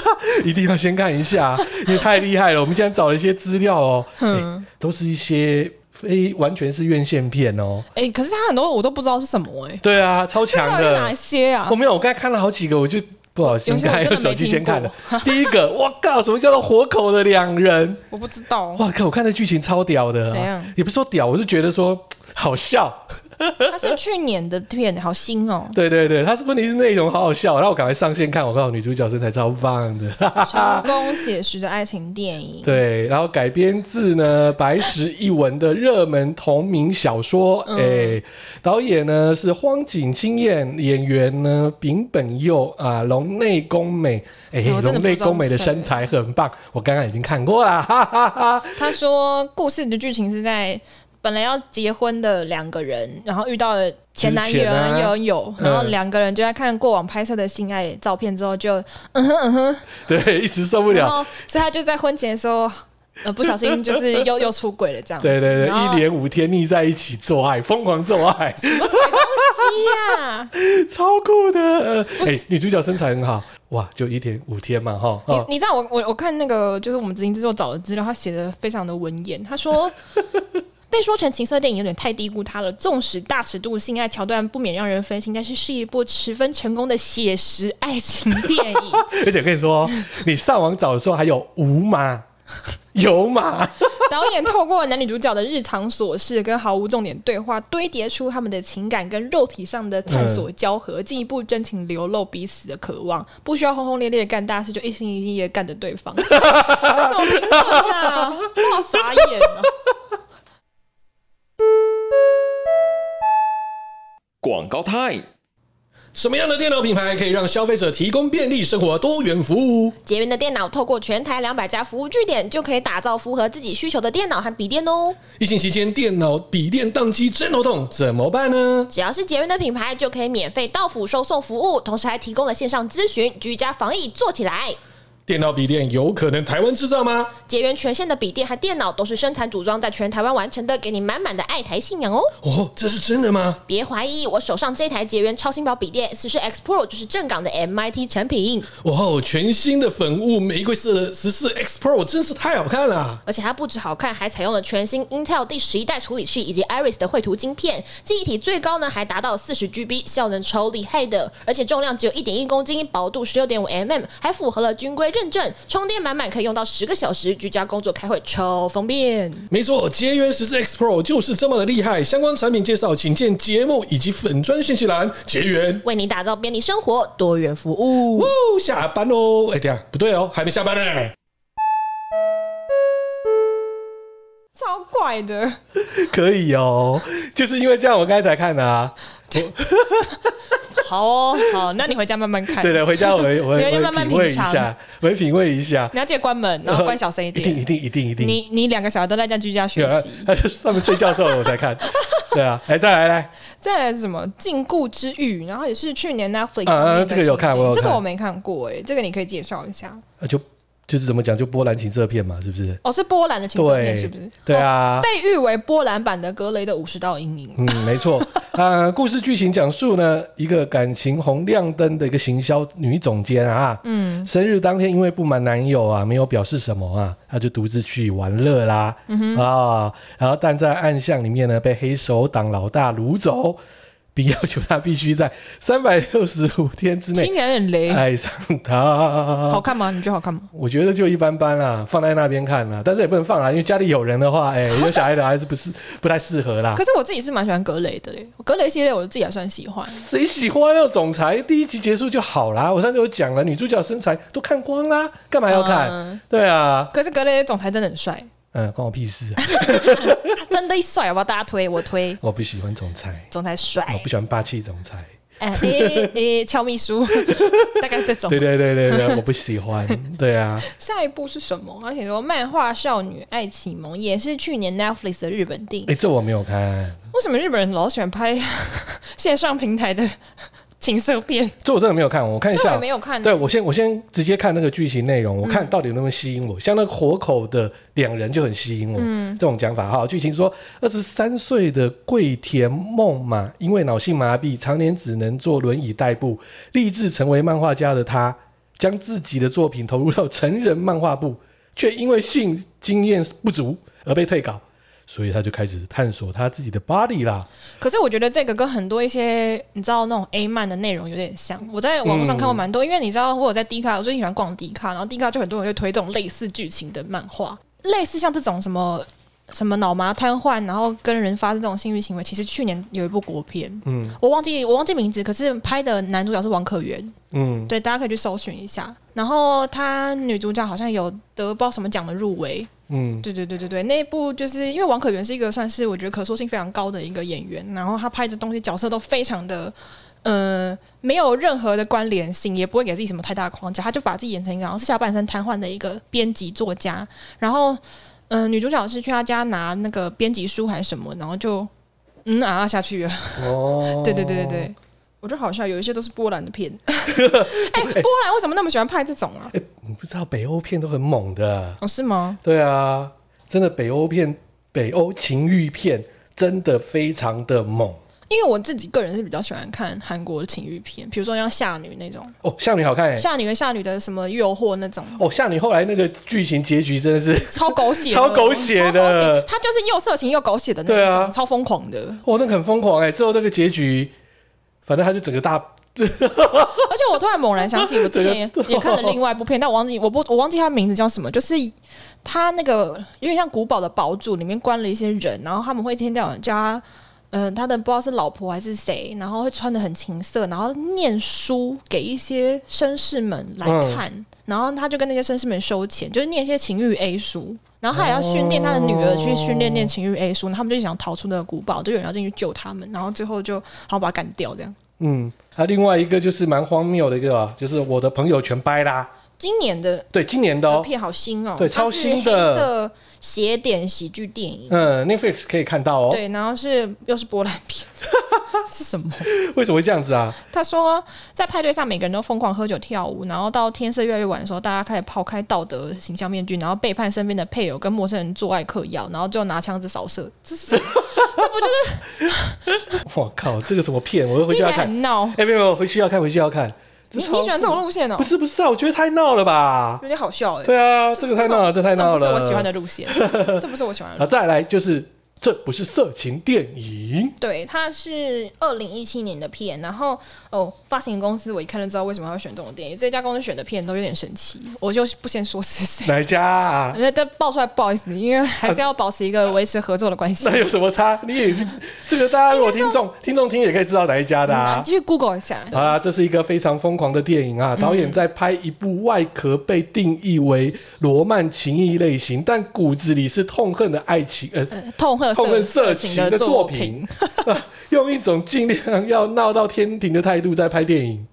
A: 一定要先看一下 啊，因为太厉害了。我们竟然找了一些资料哦，
B: 嗯，
A: 都是一些非完全是院线片哦。
B: 哎、可是他很多我都不知道是什么哎、
A: 对啊，超
B: 这到
A: 强
B: 底是哪
A: 的。
B: 些啊
A: 我？没有，我刚才看了好几个，我就不好
B: 有
A: 心
B: 些我
A: 看，
B: 真
A: 用
B: 的
A: 手
B: 没
A: 机
B: 听
A: 先看了
B: 过，。
A: 第一个，我靠，什么叫做活口的两人？
B: 我不知道。
A: 哇靠，我看那剧情超屌的、
B: 怎样？
A: 也不是说屌，我就觉得说好笑。，
B: 它是去年的片，好新哦
A: 对对对，他是问题是内容好好笑，然后我赶快上线看，我靠，女主角身材超棒的。
B: 成功写实的爱情电影。
A: 对，然后改编自呢 白石一文的热门同名小说，哎、
B: 嗯
A: 导演呢是荒井清彦，演员呢丙本佑啊，龙内宫美，哎、
B: 哎我
A: 龙
B: 真的
A: 内
B: 不知道是
A: 宫美的
B: 谁
A: 身材很棒，我刚刚已经看过啦， 哈哈哈
B: 他说故事的剧情是在本来要结婚的两个人，然后遇到了前男友、
A: 之前啊
B: 友友，然后
A: 嗯
B: 两个人就在看过往拍摄的性爱照片之后就，
A: 对，一时受不
B: 然
A: 了，
B: 后所以他就在婚前的时候，呃，不小心就是又又出轨了这样。
A: 对对对，
B: 然后哎
A: 一连五天腻在一起做爱，疯狂做 爱，
B: 西啊呀，
A: 超酷的。呃哎、女主角身材很好，哇，就一天五天嘛，哈， 哦，
B: 你你知道我我我看那个就是我们执行制作找的资料，他写的非常的文言，他说。被说成情色电影有点太低估它了。纵使大尺度性爱桥段不免让人分心，但是是一部十分成功的写实爱情电影。
A: 而且我跟你说，哦你上网找的时候还有无 码、有码，
B: 导演透过男女主角的日常琐事跟毫无重点对话，堆叠出他们的情感跟肉体上的探索交合，进一步真情流露彼此的渴望，不需要轰轰烈烈地干大事，就一心一意的干着对方。这什么评论啊？ 我好傻眼啊！
C: 广告太。
A: 什么样的电脑品牌可以让消费者提供便利生活多元服务？
D: 捷源的电脑透过全台两百家服务据点，就可以打造符合自己需求的电脑和笔电哦。
A: 疫情期间电脑、笔电宕机真头痛，怎么办呢？
D: 只要是捷源的品牌，就可以免费到府收送服务，同时还提供了线上咨询，居家防疫做起来。
A: 电脑、笔电有可能台湾制造吗？
D: 捷源全线的笔电和电脑都是生产组装在全台湾完成的，给你满满的爱台信仰哦！
A: 哦，这是真的吗？
D: 别怀疑，我手上这台捷源超轻薄笔电四十 X Pro 就是正港的 MIT 产品，
A: 哇哦，全新的粉雾玫瑰色的十四 X Pro 真是太好看了！
D: 而且它不止好看，还采用了全新 Intel 第十一代处理器以及 Iris 的绘图晶片，记忆体最高呢还达到四十 GB，效能超厉害的，而且重量只有一点一公斤，薄度十六点五 mm，还符合了军规认证，充电满满可以用到十个小时，居家工作开会超方便。
A: 没错，捷源十四 X Pro 就是这么的厉害。相关产品介绍，请见节目以及粉专信息栏。捷源，
D: 为你打造便利生活，多元服务。
A: 哦，下班喽！哎、等一下不对哦，还没下班呢、
B: 超怪的，
A: 可以哦，就是因为这样，我刚才才看的啊。
B: 好哦，好，那你回家慢慢看。
A: 对的，回家我会 我
B: 你要
A: 会
B: 慢慢
A: 品味一
B: 品尝
A: 下，我会品味一下。
B: 你要记得关门，然后关小声 一
A: 一定一
B: 点。
A: 定一定一定。
B: 你你两个小孩都在家居家学
A: 有啊
B: 习。
A: 他就是他们睡觉的时候我才 看。对啊，哎，再来来，
B: 再来是什么《禁锢之域》，然后也是去年 Netflix
A: 啊啊
B: 上面的
A: 这个有看
B: 新片
A: 我有
B: 这
A: 看
B: 个我没看过哎、这个你可以介绍一下。
A: 啊就就是怎么讲，就波兰情色片嘛，是不是？
B: 哦，是波兰的情色
A: 对，
B: 片是不是？
A: 对啊
B: 哦、，被誉为波兰版的格雷的五十道阴影。
A: 嗯，没错。 呃，故事剧情讲述呢，一个感情红亮灯的一个行销女总监啊，嗯，生日当天因为不满男友啊，没有表示什么啊，她就独自去玩乐啦，啊、然后但在暗巷里面呢，被黑手党老大掳走。并要求他必须在三百六十五天之
B: 听
A: 内
B: 起来有点雷，
A: 爱上
B: 好
A: 他。
B: 看吗？你觉得好看吗？
A: 我觉得就一般般啦，放在那边看啦，但是也不能放啦，因为家里有人的话，哎、有小孩的还是不是不太适合啦
B: 可。是我自己是蛮喜欢格雷的嘞，格雷系列我自己还算喜欢。
A: 谁喜欢那总裁？第一集结束就好啦。我上次有讲了，女主角身材都看光啦，干嘛要看？
B: 嗯
A: 对啊，
B: 可是格雷总裁真的很帅，
A: 嗯，关我屁事、啊！
B: 他真的帅，好不好？大家推我推，
A: 我不喜欢总裁，
B: 总裁
A: 我
B: 帅
A: 不，喜欢霸气总裁。
B: 哎哎哎，俏秘书， 大概这种
A: 对。对对对 对，我不喜欢。对啊，
B: 下一部是什么？而且说漫画《少女爱启蒙》也是去年 Netflix 的日本电影
A: 哎、。这我没有看，
B: 为什么日本人老喜欢拍 线上平台的情色片？
A: 这我真的没有看。我看一
B: 这我也
A: 下
B: 没，有看啊。
A: 哎对我先我先直接看那个剧情内容，我看到底有没有吸引我。像那个活口的两人就很吸引我，这种讲法哈。剧情说，二十三岁的桂田梦马因为脑性麻痹，常年只能坐轮椅代步，立志成为漫画家的他，将自己的作品投入到成人漫画部，却因为性经验不足而被退稿。所以他就开始探索他自己的 body 啦，
B: 可是我觉得这个跟很多一些你知道那种 A 漫的内容有点像。我在网络上看过蛮多，因为你知道我有在 D 卡，我最近喜欢逛 D 卡，然后 D 卡就很多人会推这种类似剧情的漫画，类似像这种什么。什么脑麻瘫痪，然后跟人发生这种性欲行为，其实去年有一部国片，嗯，我忘记我忘记名字，可是拍的男主角是王可元，
A: 嗯，
B: 对，大家可以去搜寻一下。然后她女主角好像有得不知道什么奖的入围，
A: 嗯，
B: 对对对对对，那一部就是因为王可元是一个算是我觉得可塑性非常高的一个演员，然后他拍的东西角色都非常的。呃，没有任何的关联性，也不会给自己什么太大的框架，他就把自己演成一个好像是下半身瘫痪的一个编辑作家。然后，嗯、女主角是去他家拿那个编辑书还是什么，然后就嗯啊啊下去了。
A: 哦，
B: 对对对对对，我觉得好笑，有一些都是波兰的片。哎、波兰为什么那么喜欢拍这种啊？
A: 你不知道北欧片都很猛的，
B: 哦，是吗？
A: 对啊，真的北欧片、北欧情欲片真的非常的猛
B: 因为我自己个人是比较喜欢看韩国的情欲片，比如说像《夏女》那种，
A: 哦。夏女好看哎、
B: 《夏女》跟《夏女的什么诱惑》那种，
A: 哦，夏女后来那个剧情结局真的是，
B: 超狗血的，
A: 超狗血的
B: 它就是又色情又狗血的那
A: 对
B: 种，
A: 啊
B: 超疯狂的。
A: 哦，那个很疯狂哎、最后那个结局，反正他就整个大，
B: 而且我突然猛然想起，我之前也也看了另外一部片，但我忘记我不我忘记它名字叫什么，就是它那个有点像古堡的堡主里面关了一些人，然后他们会一天到晚叫他。嗯、他的不知道是老婆还是谁，然后会穿的很情色，然后念书给一些绅士们来看，然后他就跟那些绅士们收钱，就是念一些情欲 A 书，然后他也要训练他的女儿去训练念情欲 A 书，然后他们就想逃出那个古堡，就有人要进去救他们，然后最后就好把他干掉这样。
A: 嗯，他、另外一个就是蛮荒谬的一个、啊，就是我的朋友全掰啦，
B: 今年的
A: 对，今年的
B: 这
A: 哦，
B: 片好新哦，
A: 对，
D: 它
A: 超
D: 是黑
A: 新的，
D: 色邪典喜剧电影。
A: 嗯，Netflix 可以看到哦。
B: 对，然后是又是波兰片， 是什么？
A: 为什么会这样子啊？
B: 他说在派对上每个人都疯狂喝酒跳舞，然后到天色越来越晚的时候，大家开始抛开道德形象面具，然后背叛身边的配偶，跟陌生人做爱嗑药，然后最后拿枪子扫射，这是这不就是
A: 我靠，这个什么片？我又回去
B: 听起
A: 要
B: 来
A: 看。
B: 很闹？
A: 哎、没有没有，回去要看，回去要看。
B: 你
A: 这
B: 你
A: 超
B: 喜欢这种路线哦
A: 不？是不是啊，我觉得太闹了吧？
B: 有点好笑哎、
A: 对啊，这
B: 是
A: 个太闹了，这太闹
B: 这
A: 了。
B: 不是我喜欢的路 线，这不是我喜欢的路
A: 啊，
B: 线。
A: 再来就是这不是色情电影，
D: 对，它是二零
B: 一七年的片，然后哦，发行公司我一看就知道为什么要选这种电影。这家公司选的片都有点神奇，我就不先说是谁，
A: 哪一家、啊？
B: 因为这爆出来不好意思，因为还是要保持一个维持合作的 关系
A: 那。有什么差？你也这个大家如果听
B: 哎
A: 众听众听也可以知道哪一家的
B: 啊，
A: 啊。
B: 继续 Google 一下。
A: 好啦，这是一个非常疯狂的电影
B: 嗯
A: 啊！导演在拍一部外壳被定义为罗曼情意类型，但骨子里是痛恨的爱情，呃，
B: 痛恨
A: 痛恨色
B: 情
A: 情的作
B: 作
A: 品， 啊用一种尽量要闹到天庭的态度在拍电影，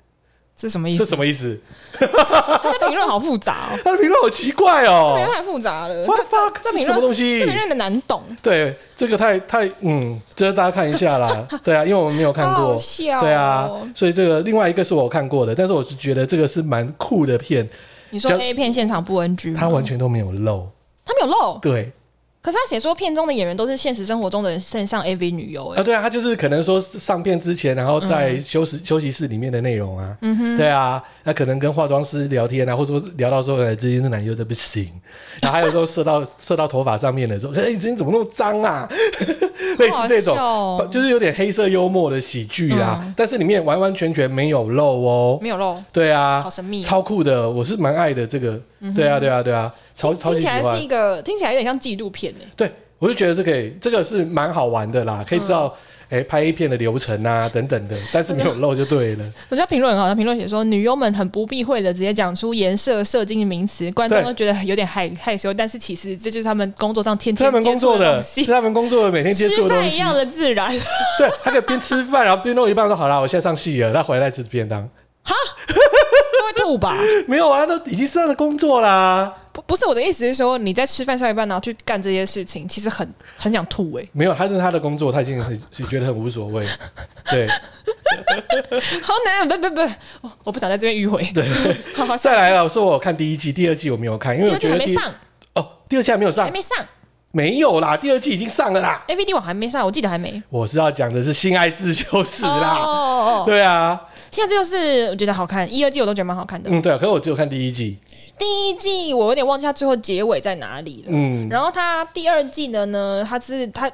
B: 是什么意
A: 是
B: 思？
A: 什么意思？
B: 他的评论好复杂哦，
A: 他的评论好奇怪哦
B: 评论太复杂了。
A: ，What
B: 这
A: the fuck
B: 这这
A: 是
B: 评
A: 什么
B: 论
A: 东西
B: 这？评论的难懂，
A: 对，这个太太嗯，这大家看一下 啦。对啊，因为我们没有看
B: 好好
A: 过，
B: 笑哦。
A: 对啊，所以这个另外一个是我看过的，但是我是觉得这个是蛮酷的片，
B: 你说
A: 就
B: A 片现场不 NG 吗？
A: 它完全都没有漏。
B: 他没有漏，
A: 对，
B: 可是他写说片中的演员都是现实生活中的线上 AV 女优、欸，
A: 啊，对啊，他就是可能说上片之前，然后在
B: 嗯
A: 休息、休息室里面的内容啊，嗯哼，对啊，那可能跟化妆师聊天啊，或者说聊到说，哎，最近这男优的不行，然后还有说射到 射到头发上面的时候，哎，你最近怎么那么脏啊？ 类似这种，
B: 好好笑哦嗯
A: 就是有点黑色幽默的喜剧啦，但是里面完完全全没有露哦，
B: 没有露，
A: 对啊，
B: 好神秘哦嗯
A: 超酷的，我是蛮爱的这个，对啊，对啊，对啊，超超
B: 听
A: 级
B: 起
A: 喜
B: 来
A: 欢
B: 是一，个听起来有点像纪录片欸诶、
A: 对，我就觉得这个也这个是蛮好玩的啦，可以知道哎、诶拍 A 片的流程啊等等的，但是没有漏就对了。
B: 我觉得评论很好，他评论写说女优们很不避讳的直接讲出颜色、射精的名词，观众
A: 对
B: 都觉得有点害害羞，但是其实这就是他们工作上天
A: 是
B: 天
A: 他们
B: 接
A: 工
B: 触
A: 作
B: 的
A: 的，
B: 东
A: 是
B: 西，
A: 他们工作的每天接触
B: 吃
A: 的东
B: 饭一
A: 西。
B: 样的自然。
A: 对，他可以边吃饭，然后边弄一半说好啦，我现在上戏了，他回来吃便当。
B: 这会吐吧？
A: 没有啊，那已经是他的工作啦。
B: 不，不是我的意思是说，你在吃饭上一半，然后去干这些事情，其实很很想吐哎、
A: 没有，他是他的工作，他已经很觉得很无所谓。对，
B: 好难，啊不不不，我我不想在这边迂回。对， 好好
A: 再来了，我说我有看第一季，第二季我没有看，因为
D: 第
A: 我
D: 二季
A: 觉
D: 还
A: 得
D: 没
A: 第
D: 上，
A: 哦，第二季还没有
D: 还
A: 上，
D: 没上，
A: 没有啦，第二季已经上了啦。
B: A V D 网还没上，我记得还没。
A: 我是要讲的是性爱自修室啦。
B: 哦哦，
A: 对啊，
B: 现在这就是我觉得好看，一二季我都觉得蛮好看的。
A: 嗯，对啊，可是我只有看第一季，
B: 第一季我有点忘记它最后结尾在哪里了。
A: 嗯，
B: 然后它第二季的呢，它是它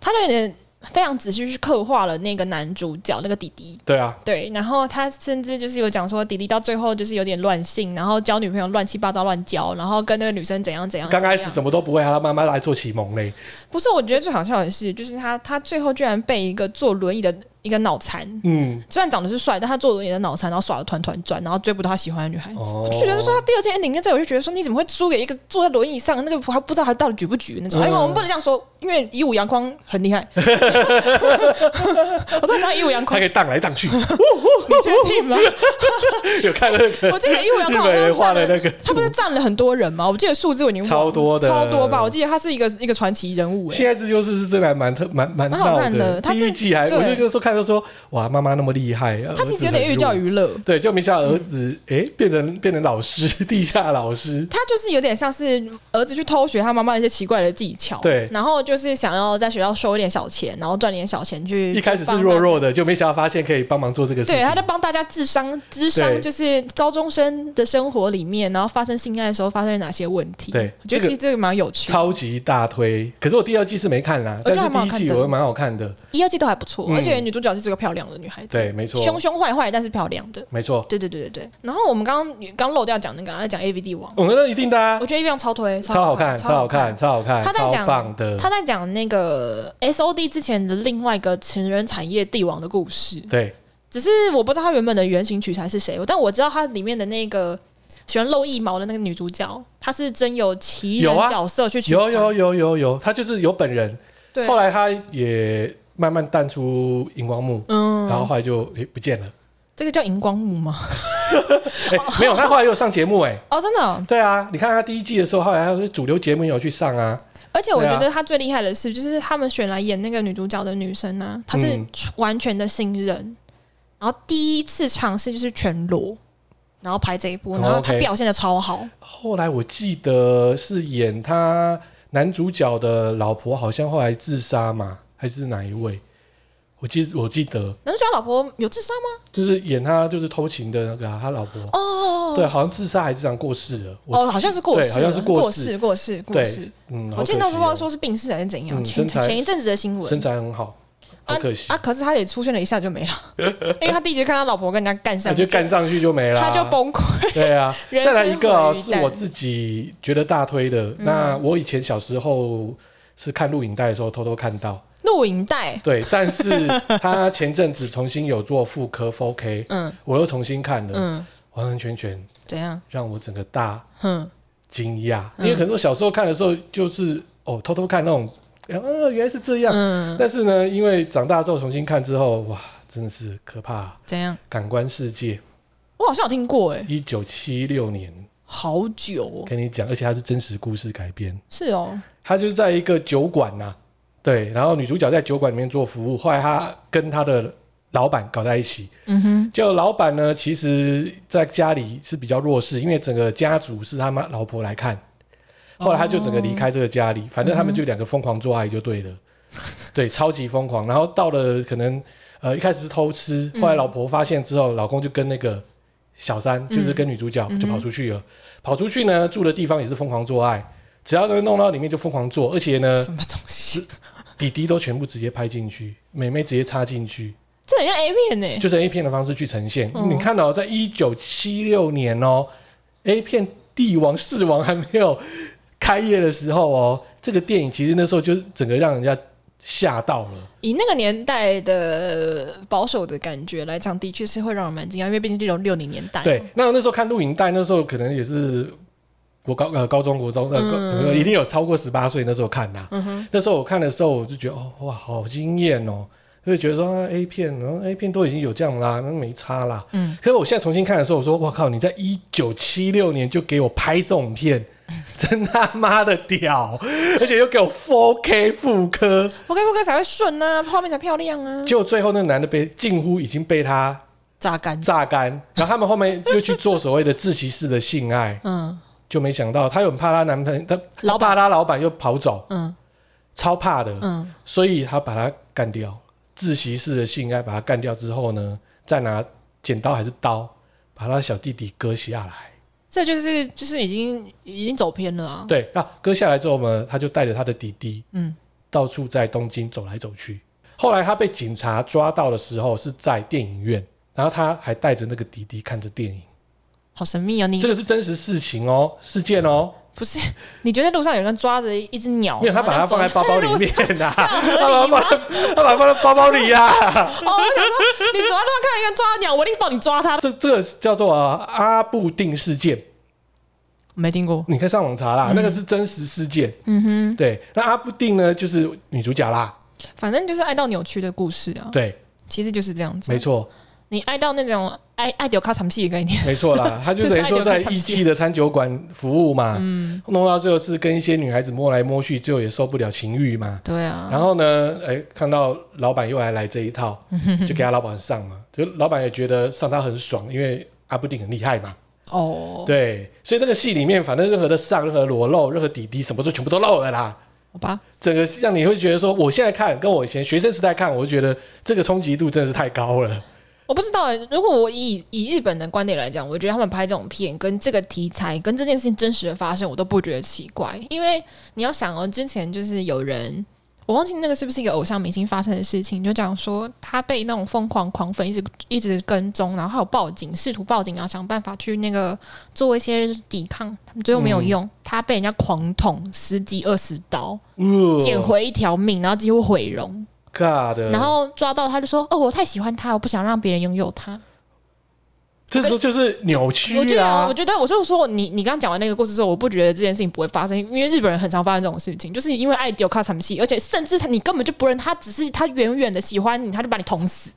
B: 它就有点非常仔细去刻画了那个男主角那个弟弟。
A: 对啊，
B: 对，然后他甚至就是有讲说，弟弟到最后就是有点乱性，然后交女朋友乱七八糟乱交，然后跟那个女生怎样怎样
A: 刚开
B: 怎
A: 始
B: 样
A: 什么都不会，他妈妈来做启蒙嘞，
B: 不是，我觉得最好笑的是，就是他他最后居然被一个坐轮椅的一个脑残，
A: 嗯，
B: 虽然长得是帅，但他坐轮椅的脑残，然后耍的团团转，然后追不到他喜欢的女孩子。
A: 哦
B: 我就觉得说他第二天 ending 跟这，我就觉得说你怎么会输给一个坐在轮椅上那个还不知道他到底举不举那种？
A: 嗯
B: 因为我们不能这样说，因为以武阳光很厉害。 我突然想到以武阳
A: 他
B: 光，
A: 可以荡来荡去，
B: 你确定吗？
A: 有看 那个
B: 啊我记得以武阳
A: 日
B: 光好
A: 本
B: 像
A: 人画
B: 占
A: 的
B: 了
A: 那个，
B: 他不是占了很多人吗？我记得数字我已经忘了
A: 超多的
B: 超多吧？我记得他是一个一个传奇人物、欸，
A: 现在这就是是真的还蛮特蛮蛮
B: 蛮好
A: 闹
B: 看的它
A: 第
B: 是
A: 一季还
B: 对
A: 我就跟说看到说哇妈妈那么厉害，呃
B: 他其实有点寓教
A: 于
B: 于嗯乐。
A: 对，就没想到儿子诶变成变成老师， 地下老师，
B: 他就是有点像是儿子去偷学他妈妈一些奇怪的技巧，
A: 对
D: 然后就是想要在学校收一点小钱，然后赚点小钱去。
A: 一开始是
D: 帮
A: 弱
D: 大家
A: 弱的，就没想到发现可以帮忙做这个事
D: 对，他在
A: 情。
D: 帮大家智商、智商，
A: 对
D: 就是高中生的生活里面，然后发生性爱的时候发生哪些问题？
A: 对
D: 我觉
A: 这
D: 得
A: 个
D: 其实这个蛮有趣的，
A: 超级大推，可是我第二季是没看啦，
B: 我
A: 但
B: 觉得
A: 是
B: 还蛮好
A: 第一季
B: 看的
A: 我觉得蛮好看的，
B: 一二季都还不错，
A: 嗯
B: 而且女主角是这个漂亮的女孩子，
A: 对，没错，
B: 凶凶坏坏但是漂亮的，
A: 没错，
B: 对对对对对。然后我们刚刚刚漏掉讲那个，在讲 A V D 王，
A: 我们那一定的啊
B: 我，觉得 A V 王哦超推，
A: 超好看，超好看，。超好看，
B: 他在
A: 超
B: 讲
A: 棒的，
B: 他在讲那个 S O D 之前的另外一个情人产业帝王的故事，
A: 对，
B: 只是我不知道他原本的原型取材是谁，但我知道他里面的那个喜欢露腋毛的那个女主角，她是真有其人
A: 有啊
B: 角色去取材，
A: 有有有有有，他就是有本人，
B: 对，
A: 后来他也慢慢淡出荧光幕，
B: 嗯，
A: 然后后来就诶不见了。
B: 这个叫荧光幕吗？
A: 哎、没有，他后来又上节目哎、
B: 哦，真的哦、
A: 对啊，你看他第一季的时候，后来他主流节目也有去上啊，
B: 而且我
A: 对啊
B: 觉得他最厉害的是，就是他们选来演那个女主角的女生呢、她是
A: 嗯
B: 完全的新人，然后第一次尝试就是全裸，然后拍这一部，
A: 哦
B: 然后她
A: OK
B: 表现的超好，
A: 后来我记得是演他男主角的老婆，好像后来自杀嘛，还是哪一位？我记我记得
B: 男主角老婆有智商吗？
A: 就是演他就是偷情的那个啊、他老婆，
B: 哦，
A: 对，好像自杀还是这样过世了。我
B: 哦，好像是过
A: 对
B: 世了，
A: 好像是过
B: 过
A: 世
B: 世，过世，过世
A: 对。，嗯，好
B: 我记得
A: 可
B: 那
A: 惜
B: 时候
A: 哦
B: 说是病逝还是怎样，
A: 嗯
B: 前
A: 身材
B: 前一阵子的新
A: 身
B: 闻。
A: 材很好，好可惜，
B: 啊！可是他也出现了一下就 没了，因为他第一集看他老婆跟人家干
A: 那、
B: 上去，
A: 哎就干上去就没了啊、
B: 他就崩溃。
A: 对啊，
B: 人
A: 再来一个哦、
B: 生毁于
A: 是
B: 一旦
A: 我自己觉得大推的。
B: 嗯
A: 那我以前小时候是看录影带的时候偷偷看到，
B: 录影带，
A: 对， 但是他前阵子重新有做复刻 4K，
B: 嗯
A: 我又重新看了，
B: 嗯，
A: 完完全全
B: 怎样？嗯
A: 让我整个大
B: 哼，
A: 惊讶，因为可能我小时候看的时候就是哦偷偷看那种，啊原来是这样，
B: 嗯，
A: 但是呢，因为长大之后重新看之后，哇，真的是可怕，
B: 怎样？
A: 感官世界，
B: 我好像有听过，哎，
A: 一九七六年
B: 好久哦，
A: 跟你讲，而且它是真实故事改编。
B: 是哦，
A: 他就是在一个酒馆呐、对，然后女主角在酒馆里面做服务，后来她跟她的老板搞在一起，
B: 嗯哼，
A: 就老板呢，其实在家里是比较弱势，因为整个家族是他妈老婆来看，后来他就整个离开这个家里，反正他们就两个疯狂做爱就对了，对，超级疯狂。然后到了可能呃一开始是偷吃，后来老婆发现之后，老公就跟那个小三，就是跟女主角、就跑出去了。跑出去呢，住的地方也是疯狂做爱，只要能弄到里面就疯狂做，而且呢
B: 什，么东西？
A: 弟弟都全部直接拍进去，妹妹直接插进去，
B: 这很像 A 片欸呢、
A: 就是 A 片的方式去呈现。你看到、哦、在一九七六年哦，A 片帝王视王还没有开业的时候哦，这个电影其实那时候就整个让人家吓到了。
B: 以那个年代的保守的感觉来讲，的确是会让人蛮惊讶，因为毕竟这种六零年代。
A: 对，，那那时候看录影带，那时候可能也是。我高呃高中国中呃、高呃一定有超过十八岁那时候看呐、那时候我看的时候我就觉得哦哇好惊艳哦，就会觉得说、啊 A 片，然后 A 片都已经有这样啦，那没差啦。
B: 嗯，
A: 可是我现在重新看的时候，我说我靠，你在一九七六年就给我拍这种片， 真他妈的屌，而且又给我 4K 复刻，
B: 我跟富哥才会顺啊，画面才漂亮啊，
A: 结果最后那男的被近乎已经被他
B: 榨干。
A: 榨干，然后他们后面又去做所谓的自习室的性爱，
B: 嗯
A: 就没想到她有很怕她男朋友，她
B: 老板
A: 怕她老板又跑走，
B: 嗯
A: 超怕的，
B: 嗯，
A: 所以她把他干掉。自习室的性爱把他干掉之后呢，再拿剪刀还是刀把他小弟弟割下来。
B: 这就是就是已经已经走偏了啊。
A: 对，那割下来之后呢，他就带着他的弟弟
B: 嗯，
A: 到处在东京走来走去。后来他被警察抓到的时候是在电影院，然后他还带着那个弟弟看着电影，
B: 好神秘啊！你
A: 这个是真实事情哦，事件哦，
B: 不是你觉得路上有人抓着一只鸟，
A: 没有他把它
B: 然后
A: 放在
B: 这样
A: 包
B: 走
A: 包里
B: 路上
A: 面呐、他把它放在他把它放在包包里啊呀、
B: 哦，我想说，你走在路上看到一个人抓鸟，我一定帮你抓他。
A: 这这个叫做、啊、阿布定事件。
B: 没听过，
A: 你可以上网查啦，那个是真实事件。嗯哼，对。那阿布定呢，就是女主角啦，
B: 反正就是爱到扭曲的故事啊，
A: 对，
B: 其实就是这样子。啊
A: 没，错，的
B: 你爱到那种爱爱丢卡惨戏的概念，
A: 没错 啦。她就等于说在一期的餐酒馆服务嘛，弄到最后是跟一些女孩子摸来摸去，最后也受不了情欲嘛。
B: 对啊，
A: 然后呢，哎，看到老板又来来这一 套，就给他老板上嘛。就老板也觉得上他很爽，因为阿布定很厉害嘛。
B: 哦，
A: 对，所以那个戏里面，反正任何的上、任何裸露、任何底底，什么都全部都露了啦。
B: 好吧，
A: 整个让你会觉得说，我现在看跟我以前学生时代看，我就觉得这个冲击度真的是太高了。
B: 我不知道欸、如果我以以日本的观点来讲，我觉得他们拍这种片跟这个题材跟这件事情真实的发生，我都不觉得奇怪。因为你要想哦，之前就是有人，我忘记那个是不是一个偶像明星发生的事情，就讲说他被那种疯狂狂粉一直一直跟踪，然后还有报警，试图报警，然后想办法去那个做一些抵抗，他们最后没有用，他被人家狂捅十几二十刀，
A: 呃
B: 捡回一条命，然后几乎毁容，
A: God，
B: 然后抓到他就说：“哦，我太喜欢他，我不想让别人拥有他。”
A: 这时候就是扭
B: 我觉
A: 曲
B: 得啊，
A: 啊
B: 我。觉得我就说你，你刚刚讲完那个故事之后，我不觉得这件事情不会发生，因为日本人很常发生这种事情，就是因为爱丢卡惨戏，而且甚至他你根本就不认他，只是他远远的喜欢你，他就把你捅死，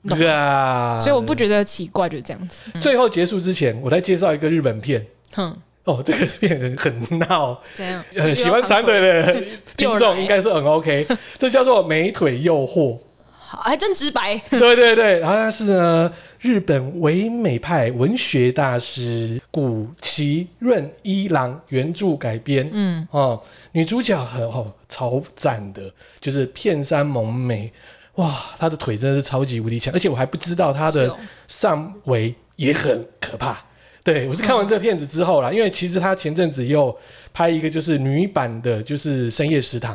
B: 你懂吗
A: God，
B: 所以我不觉得奇怪，就是这样子。
A: 最后结束之前，我再介绍一个日本片
B: 哼，
A: 哦，这个片很闹，
B: 这 样
A: 呃，喜欢长腿，的 听
B: 又来
A: 众应该是很 OK。这叫做美腿诱惑，
B: 好还真直白。
A: 对对对。然后他是呢，日本唯美派文学大师古奇润一郎原著改编，
B: 嗯，
A: 哦，女主角很哦超赞的，就是片山萌美，哇，她的腿真的是超级无敌强，而且我还不知道她
B: 是
A: 的
B: 哦
A: 上围也很可怕。对我是看完这片子之后啦，因为其实她前阵子又拍一个就是女版的，就是《深夜食堂》，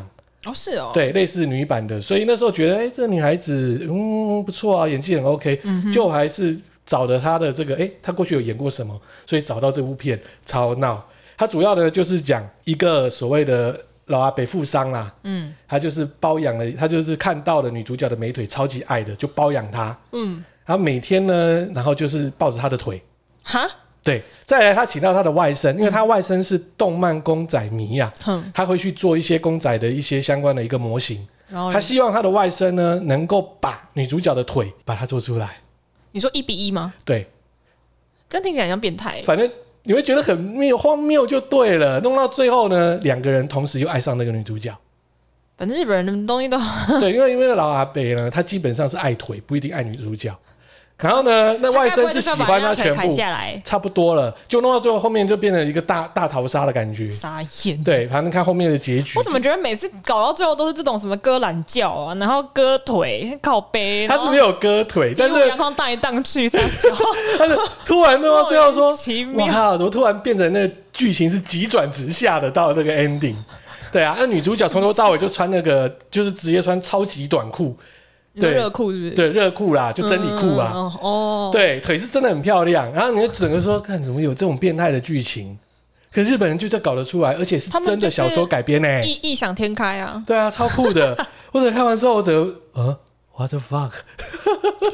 B: 哦是哦，
A: 对，类似女版的，所以那时候觉得，哎、这女孩子嗯不错啊，演技很 OK，、就
B: 嗯
A: 我还是找了她的这个，哎、她过去有演过什么，所以找到这部片超闹。她主要呢就是讲一个所谓的老阿北富商啦，
B: 嗯
A: 他就是包养了，他就是看到了女主角的美腿，超级爱的，就包养她，
B: 嗯，
A: 然后每天呢，然后就是抱着她的腿。
B: 哈，
A: 对，再来，他请到他的外甥，因为他外甥是动漫公仔迷呀、
B: 哼，
A: 他会去做一些公仔的一些相关的一个模型，
B: 然后
A: 他希望他的外甥呢，能够把女主角的腿把它做出来。
B: 你说一比一吗？
A: 对，
B: 这样听起来很像变态。欸
A: 反正你会觉得很谬荒谬就对了。弄到最后呢，两个人同时又爱上那个女主 角。
B: 反正日本人的东西都
A: 对，因为因为老阿北呢，他基本上是爱腿，不一定爱女主角。然后呢，那外甥是喜欢
B: 他
A: 他全
B: 砍
A: 部，
B: 下来，
A: 差不多了，就弄到最后后面就变成一个大大逃杀的感觉。
B: 傻眼。
A: 对，反正看后面的结局
B: 我。怎么觉得每次搞到最后都是这种什么割懒觉啊，然后割腿、靠背，
A: 他是没有割腿，但是
B: 然后一路阳光荡一荡去，傻笑。
A: 但是突然弄到最后
B: 莫
A: 说
B: 名其，妙
A: 哇靠，怎么突然变成那个剧情是急转直下的到那个 ending？对啊，那女主角从头到尾就穿那个，就是直接穿超级短裤，
B: 你说
A: 对
B: 热裤是不是？
A: 对，热裤啦，就真理裤啊，
B: 嗯哦，
A: 对，腿是真的很漂亮。然后你就整个说，看怎么有这种变态的剧情？可日本人就这搞得出来，而且是
B: 他们
A: 真的
B: 就是
A: 小说改编呢、，
B: 异异想天开啊
A: 对啊，超酷的。或者看完之后，我整个呃，what the fuck？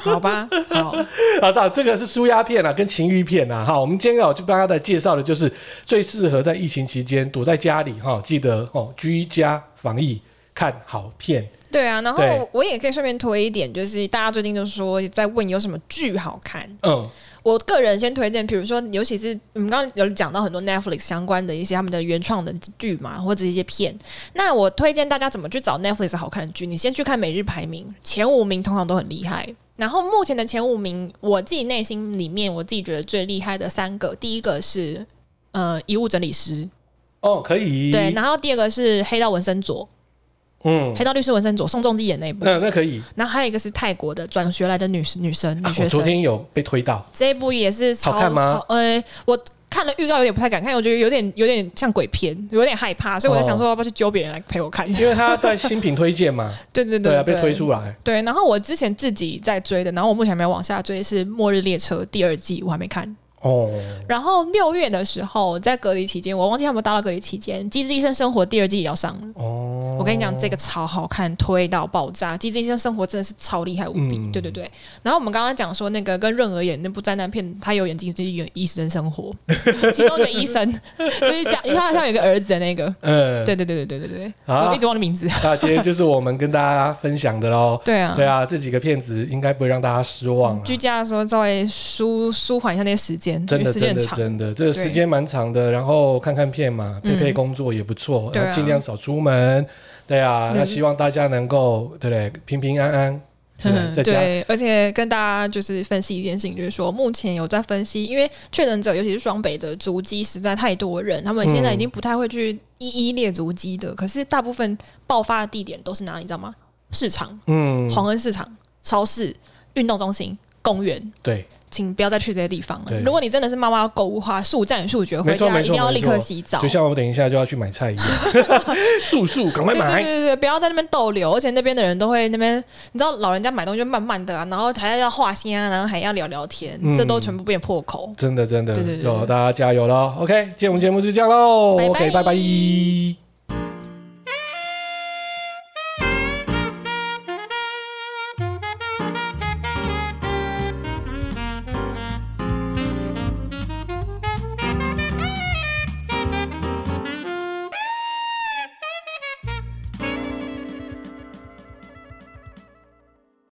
B: 好吧，好，
A: 啊，到这个是舒压片啊，跟情欲片啊，哈，我们今天要就帮大家介绍的就是最适合在疫情期间躲在家里哈，记得哦，居家防疫看好片。
B: 对啊，然
A: 对
B: 后我也可以顺便推一点，就是大家最近都说在问有什么剧好看，
A: 嗯，
B: 我个人先推荐，比如说尤其是我们刚刚有讲到很多 Netflix 相关的一些他们的原创的剧嘛，或者一些片，那我推荐大家怎么去找 Netflix 好看的剧，你先去看每日排名，前五名通常都很厉害。然后目前的前五名，我自己内心里面我自己觉得最厉害的三个，第一个是呃遗物整理师，
A: 哦，可以。
B: 对，然后第二个是黑道文森佐，
A: 嗯，
B: 黑道律师文森佐，宋仲基演那一部。
A: 那那可以。
B: 然后还有一个是泰国的转学来的女女生
A: 啊
B: 女
A: 我
B: 学生，
A: 昨天有被推到，
B: 这一部也是超
A: 好看吗
B: 超呃，我看了预告有点不太敢看，我觉得有点有点像鬼片，有点害怕，所以我在
A: 哦
B: 想说要不要去揪别人来陪我看。
A: 因为他在新品推荐嘛，
B: 对对
A: 对
B: 对
A: 啊，被推出来。
B: 对，然后我之前自己在追的，然后我目前还没有往下追，是《末日列车》第二季，我还没看。
A: 哦，
B: 然后六月的时候，在隔离期间，我忘记他们达到隔离期间，《机智医生生活》第二季也要上了。
A: 哦，
B: 我跟你讲，这个超好看，推到爆炸！《机智医生生活》真的是超厉害无比，
A: 嗯
B: 对对对。然后我们刚刚讲说，那个跟润儿演那部灾难片，他有演《机智医生 生活》，其中一个医生就是讲他好像有一个儿子的那个，
A: 嗯，
B: 对对对对对对对，
A: 好啊
B: 我一直忘了名字。
A: 那今天就是我们跟大家分享的喽。
B: 对啊，
A: 对啊，这几个片子应该不会让大家失望啊。
B: 居家的时候稍微舒舒缓一下那些时间，
A: 真
B: 因
A: 的
B: 为时间
A: 真
B: 很
A: 的
B: 长。
A: 真的，这个时间蛮长的，然后看看片嘛，配配工作也不错，
B: 嗯对啊
A: 然后尽量少出门，对啊，
B: 嗯
A: 那希望大家能够对不对平平安安，对不对在家
B: 嗯对，而且跟大家就是分析一件事情，就是说目前有在分析，因为确诊者尤其是双北的足迹实在太多人，他们现在已经不太会去一一列足迹的，可是大部分爆发的地点都是哪里，你知道吗？市场、
A: 嗯，
B: 黄恩市场、超市、运动中心、公园。
A: 对，
B: 请不要再去这些地方了
A: 对。
B: 如果你真的是妈妈要购物的话，速战速决，回
A: 没错
B: 家
A: 没
B: 一
A: 错
B: 定要
A: 没
B: 立刻
A: 错
B: 洗澡。
A: 就像我等一下就要去买菜 一样，速速赶快
B: 对对
A: 买，
B: 对对，不要在那边逗留，而且那边的人都会那边，你知道老人家买东西就慢慢的啊，然后还要画心啊，然后还要聊聊天，
A: 嗯
B: 这都全部变破口。
A: 真的真的
B: 对对，对
A: 有大家加油喽，OK，今天我们节目就这样喽
B: 拜拜
A: ，OK，拜拜。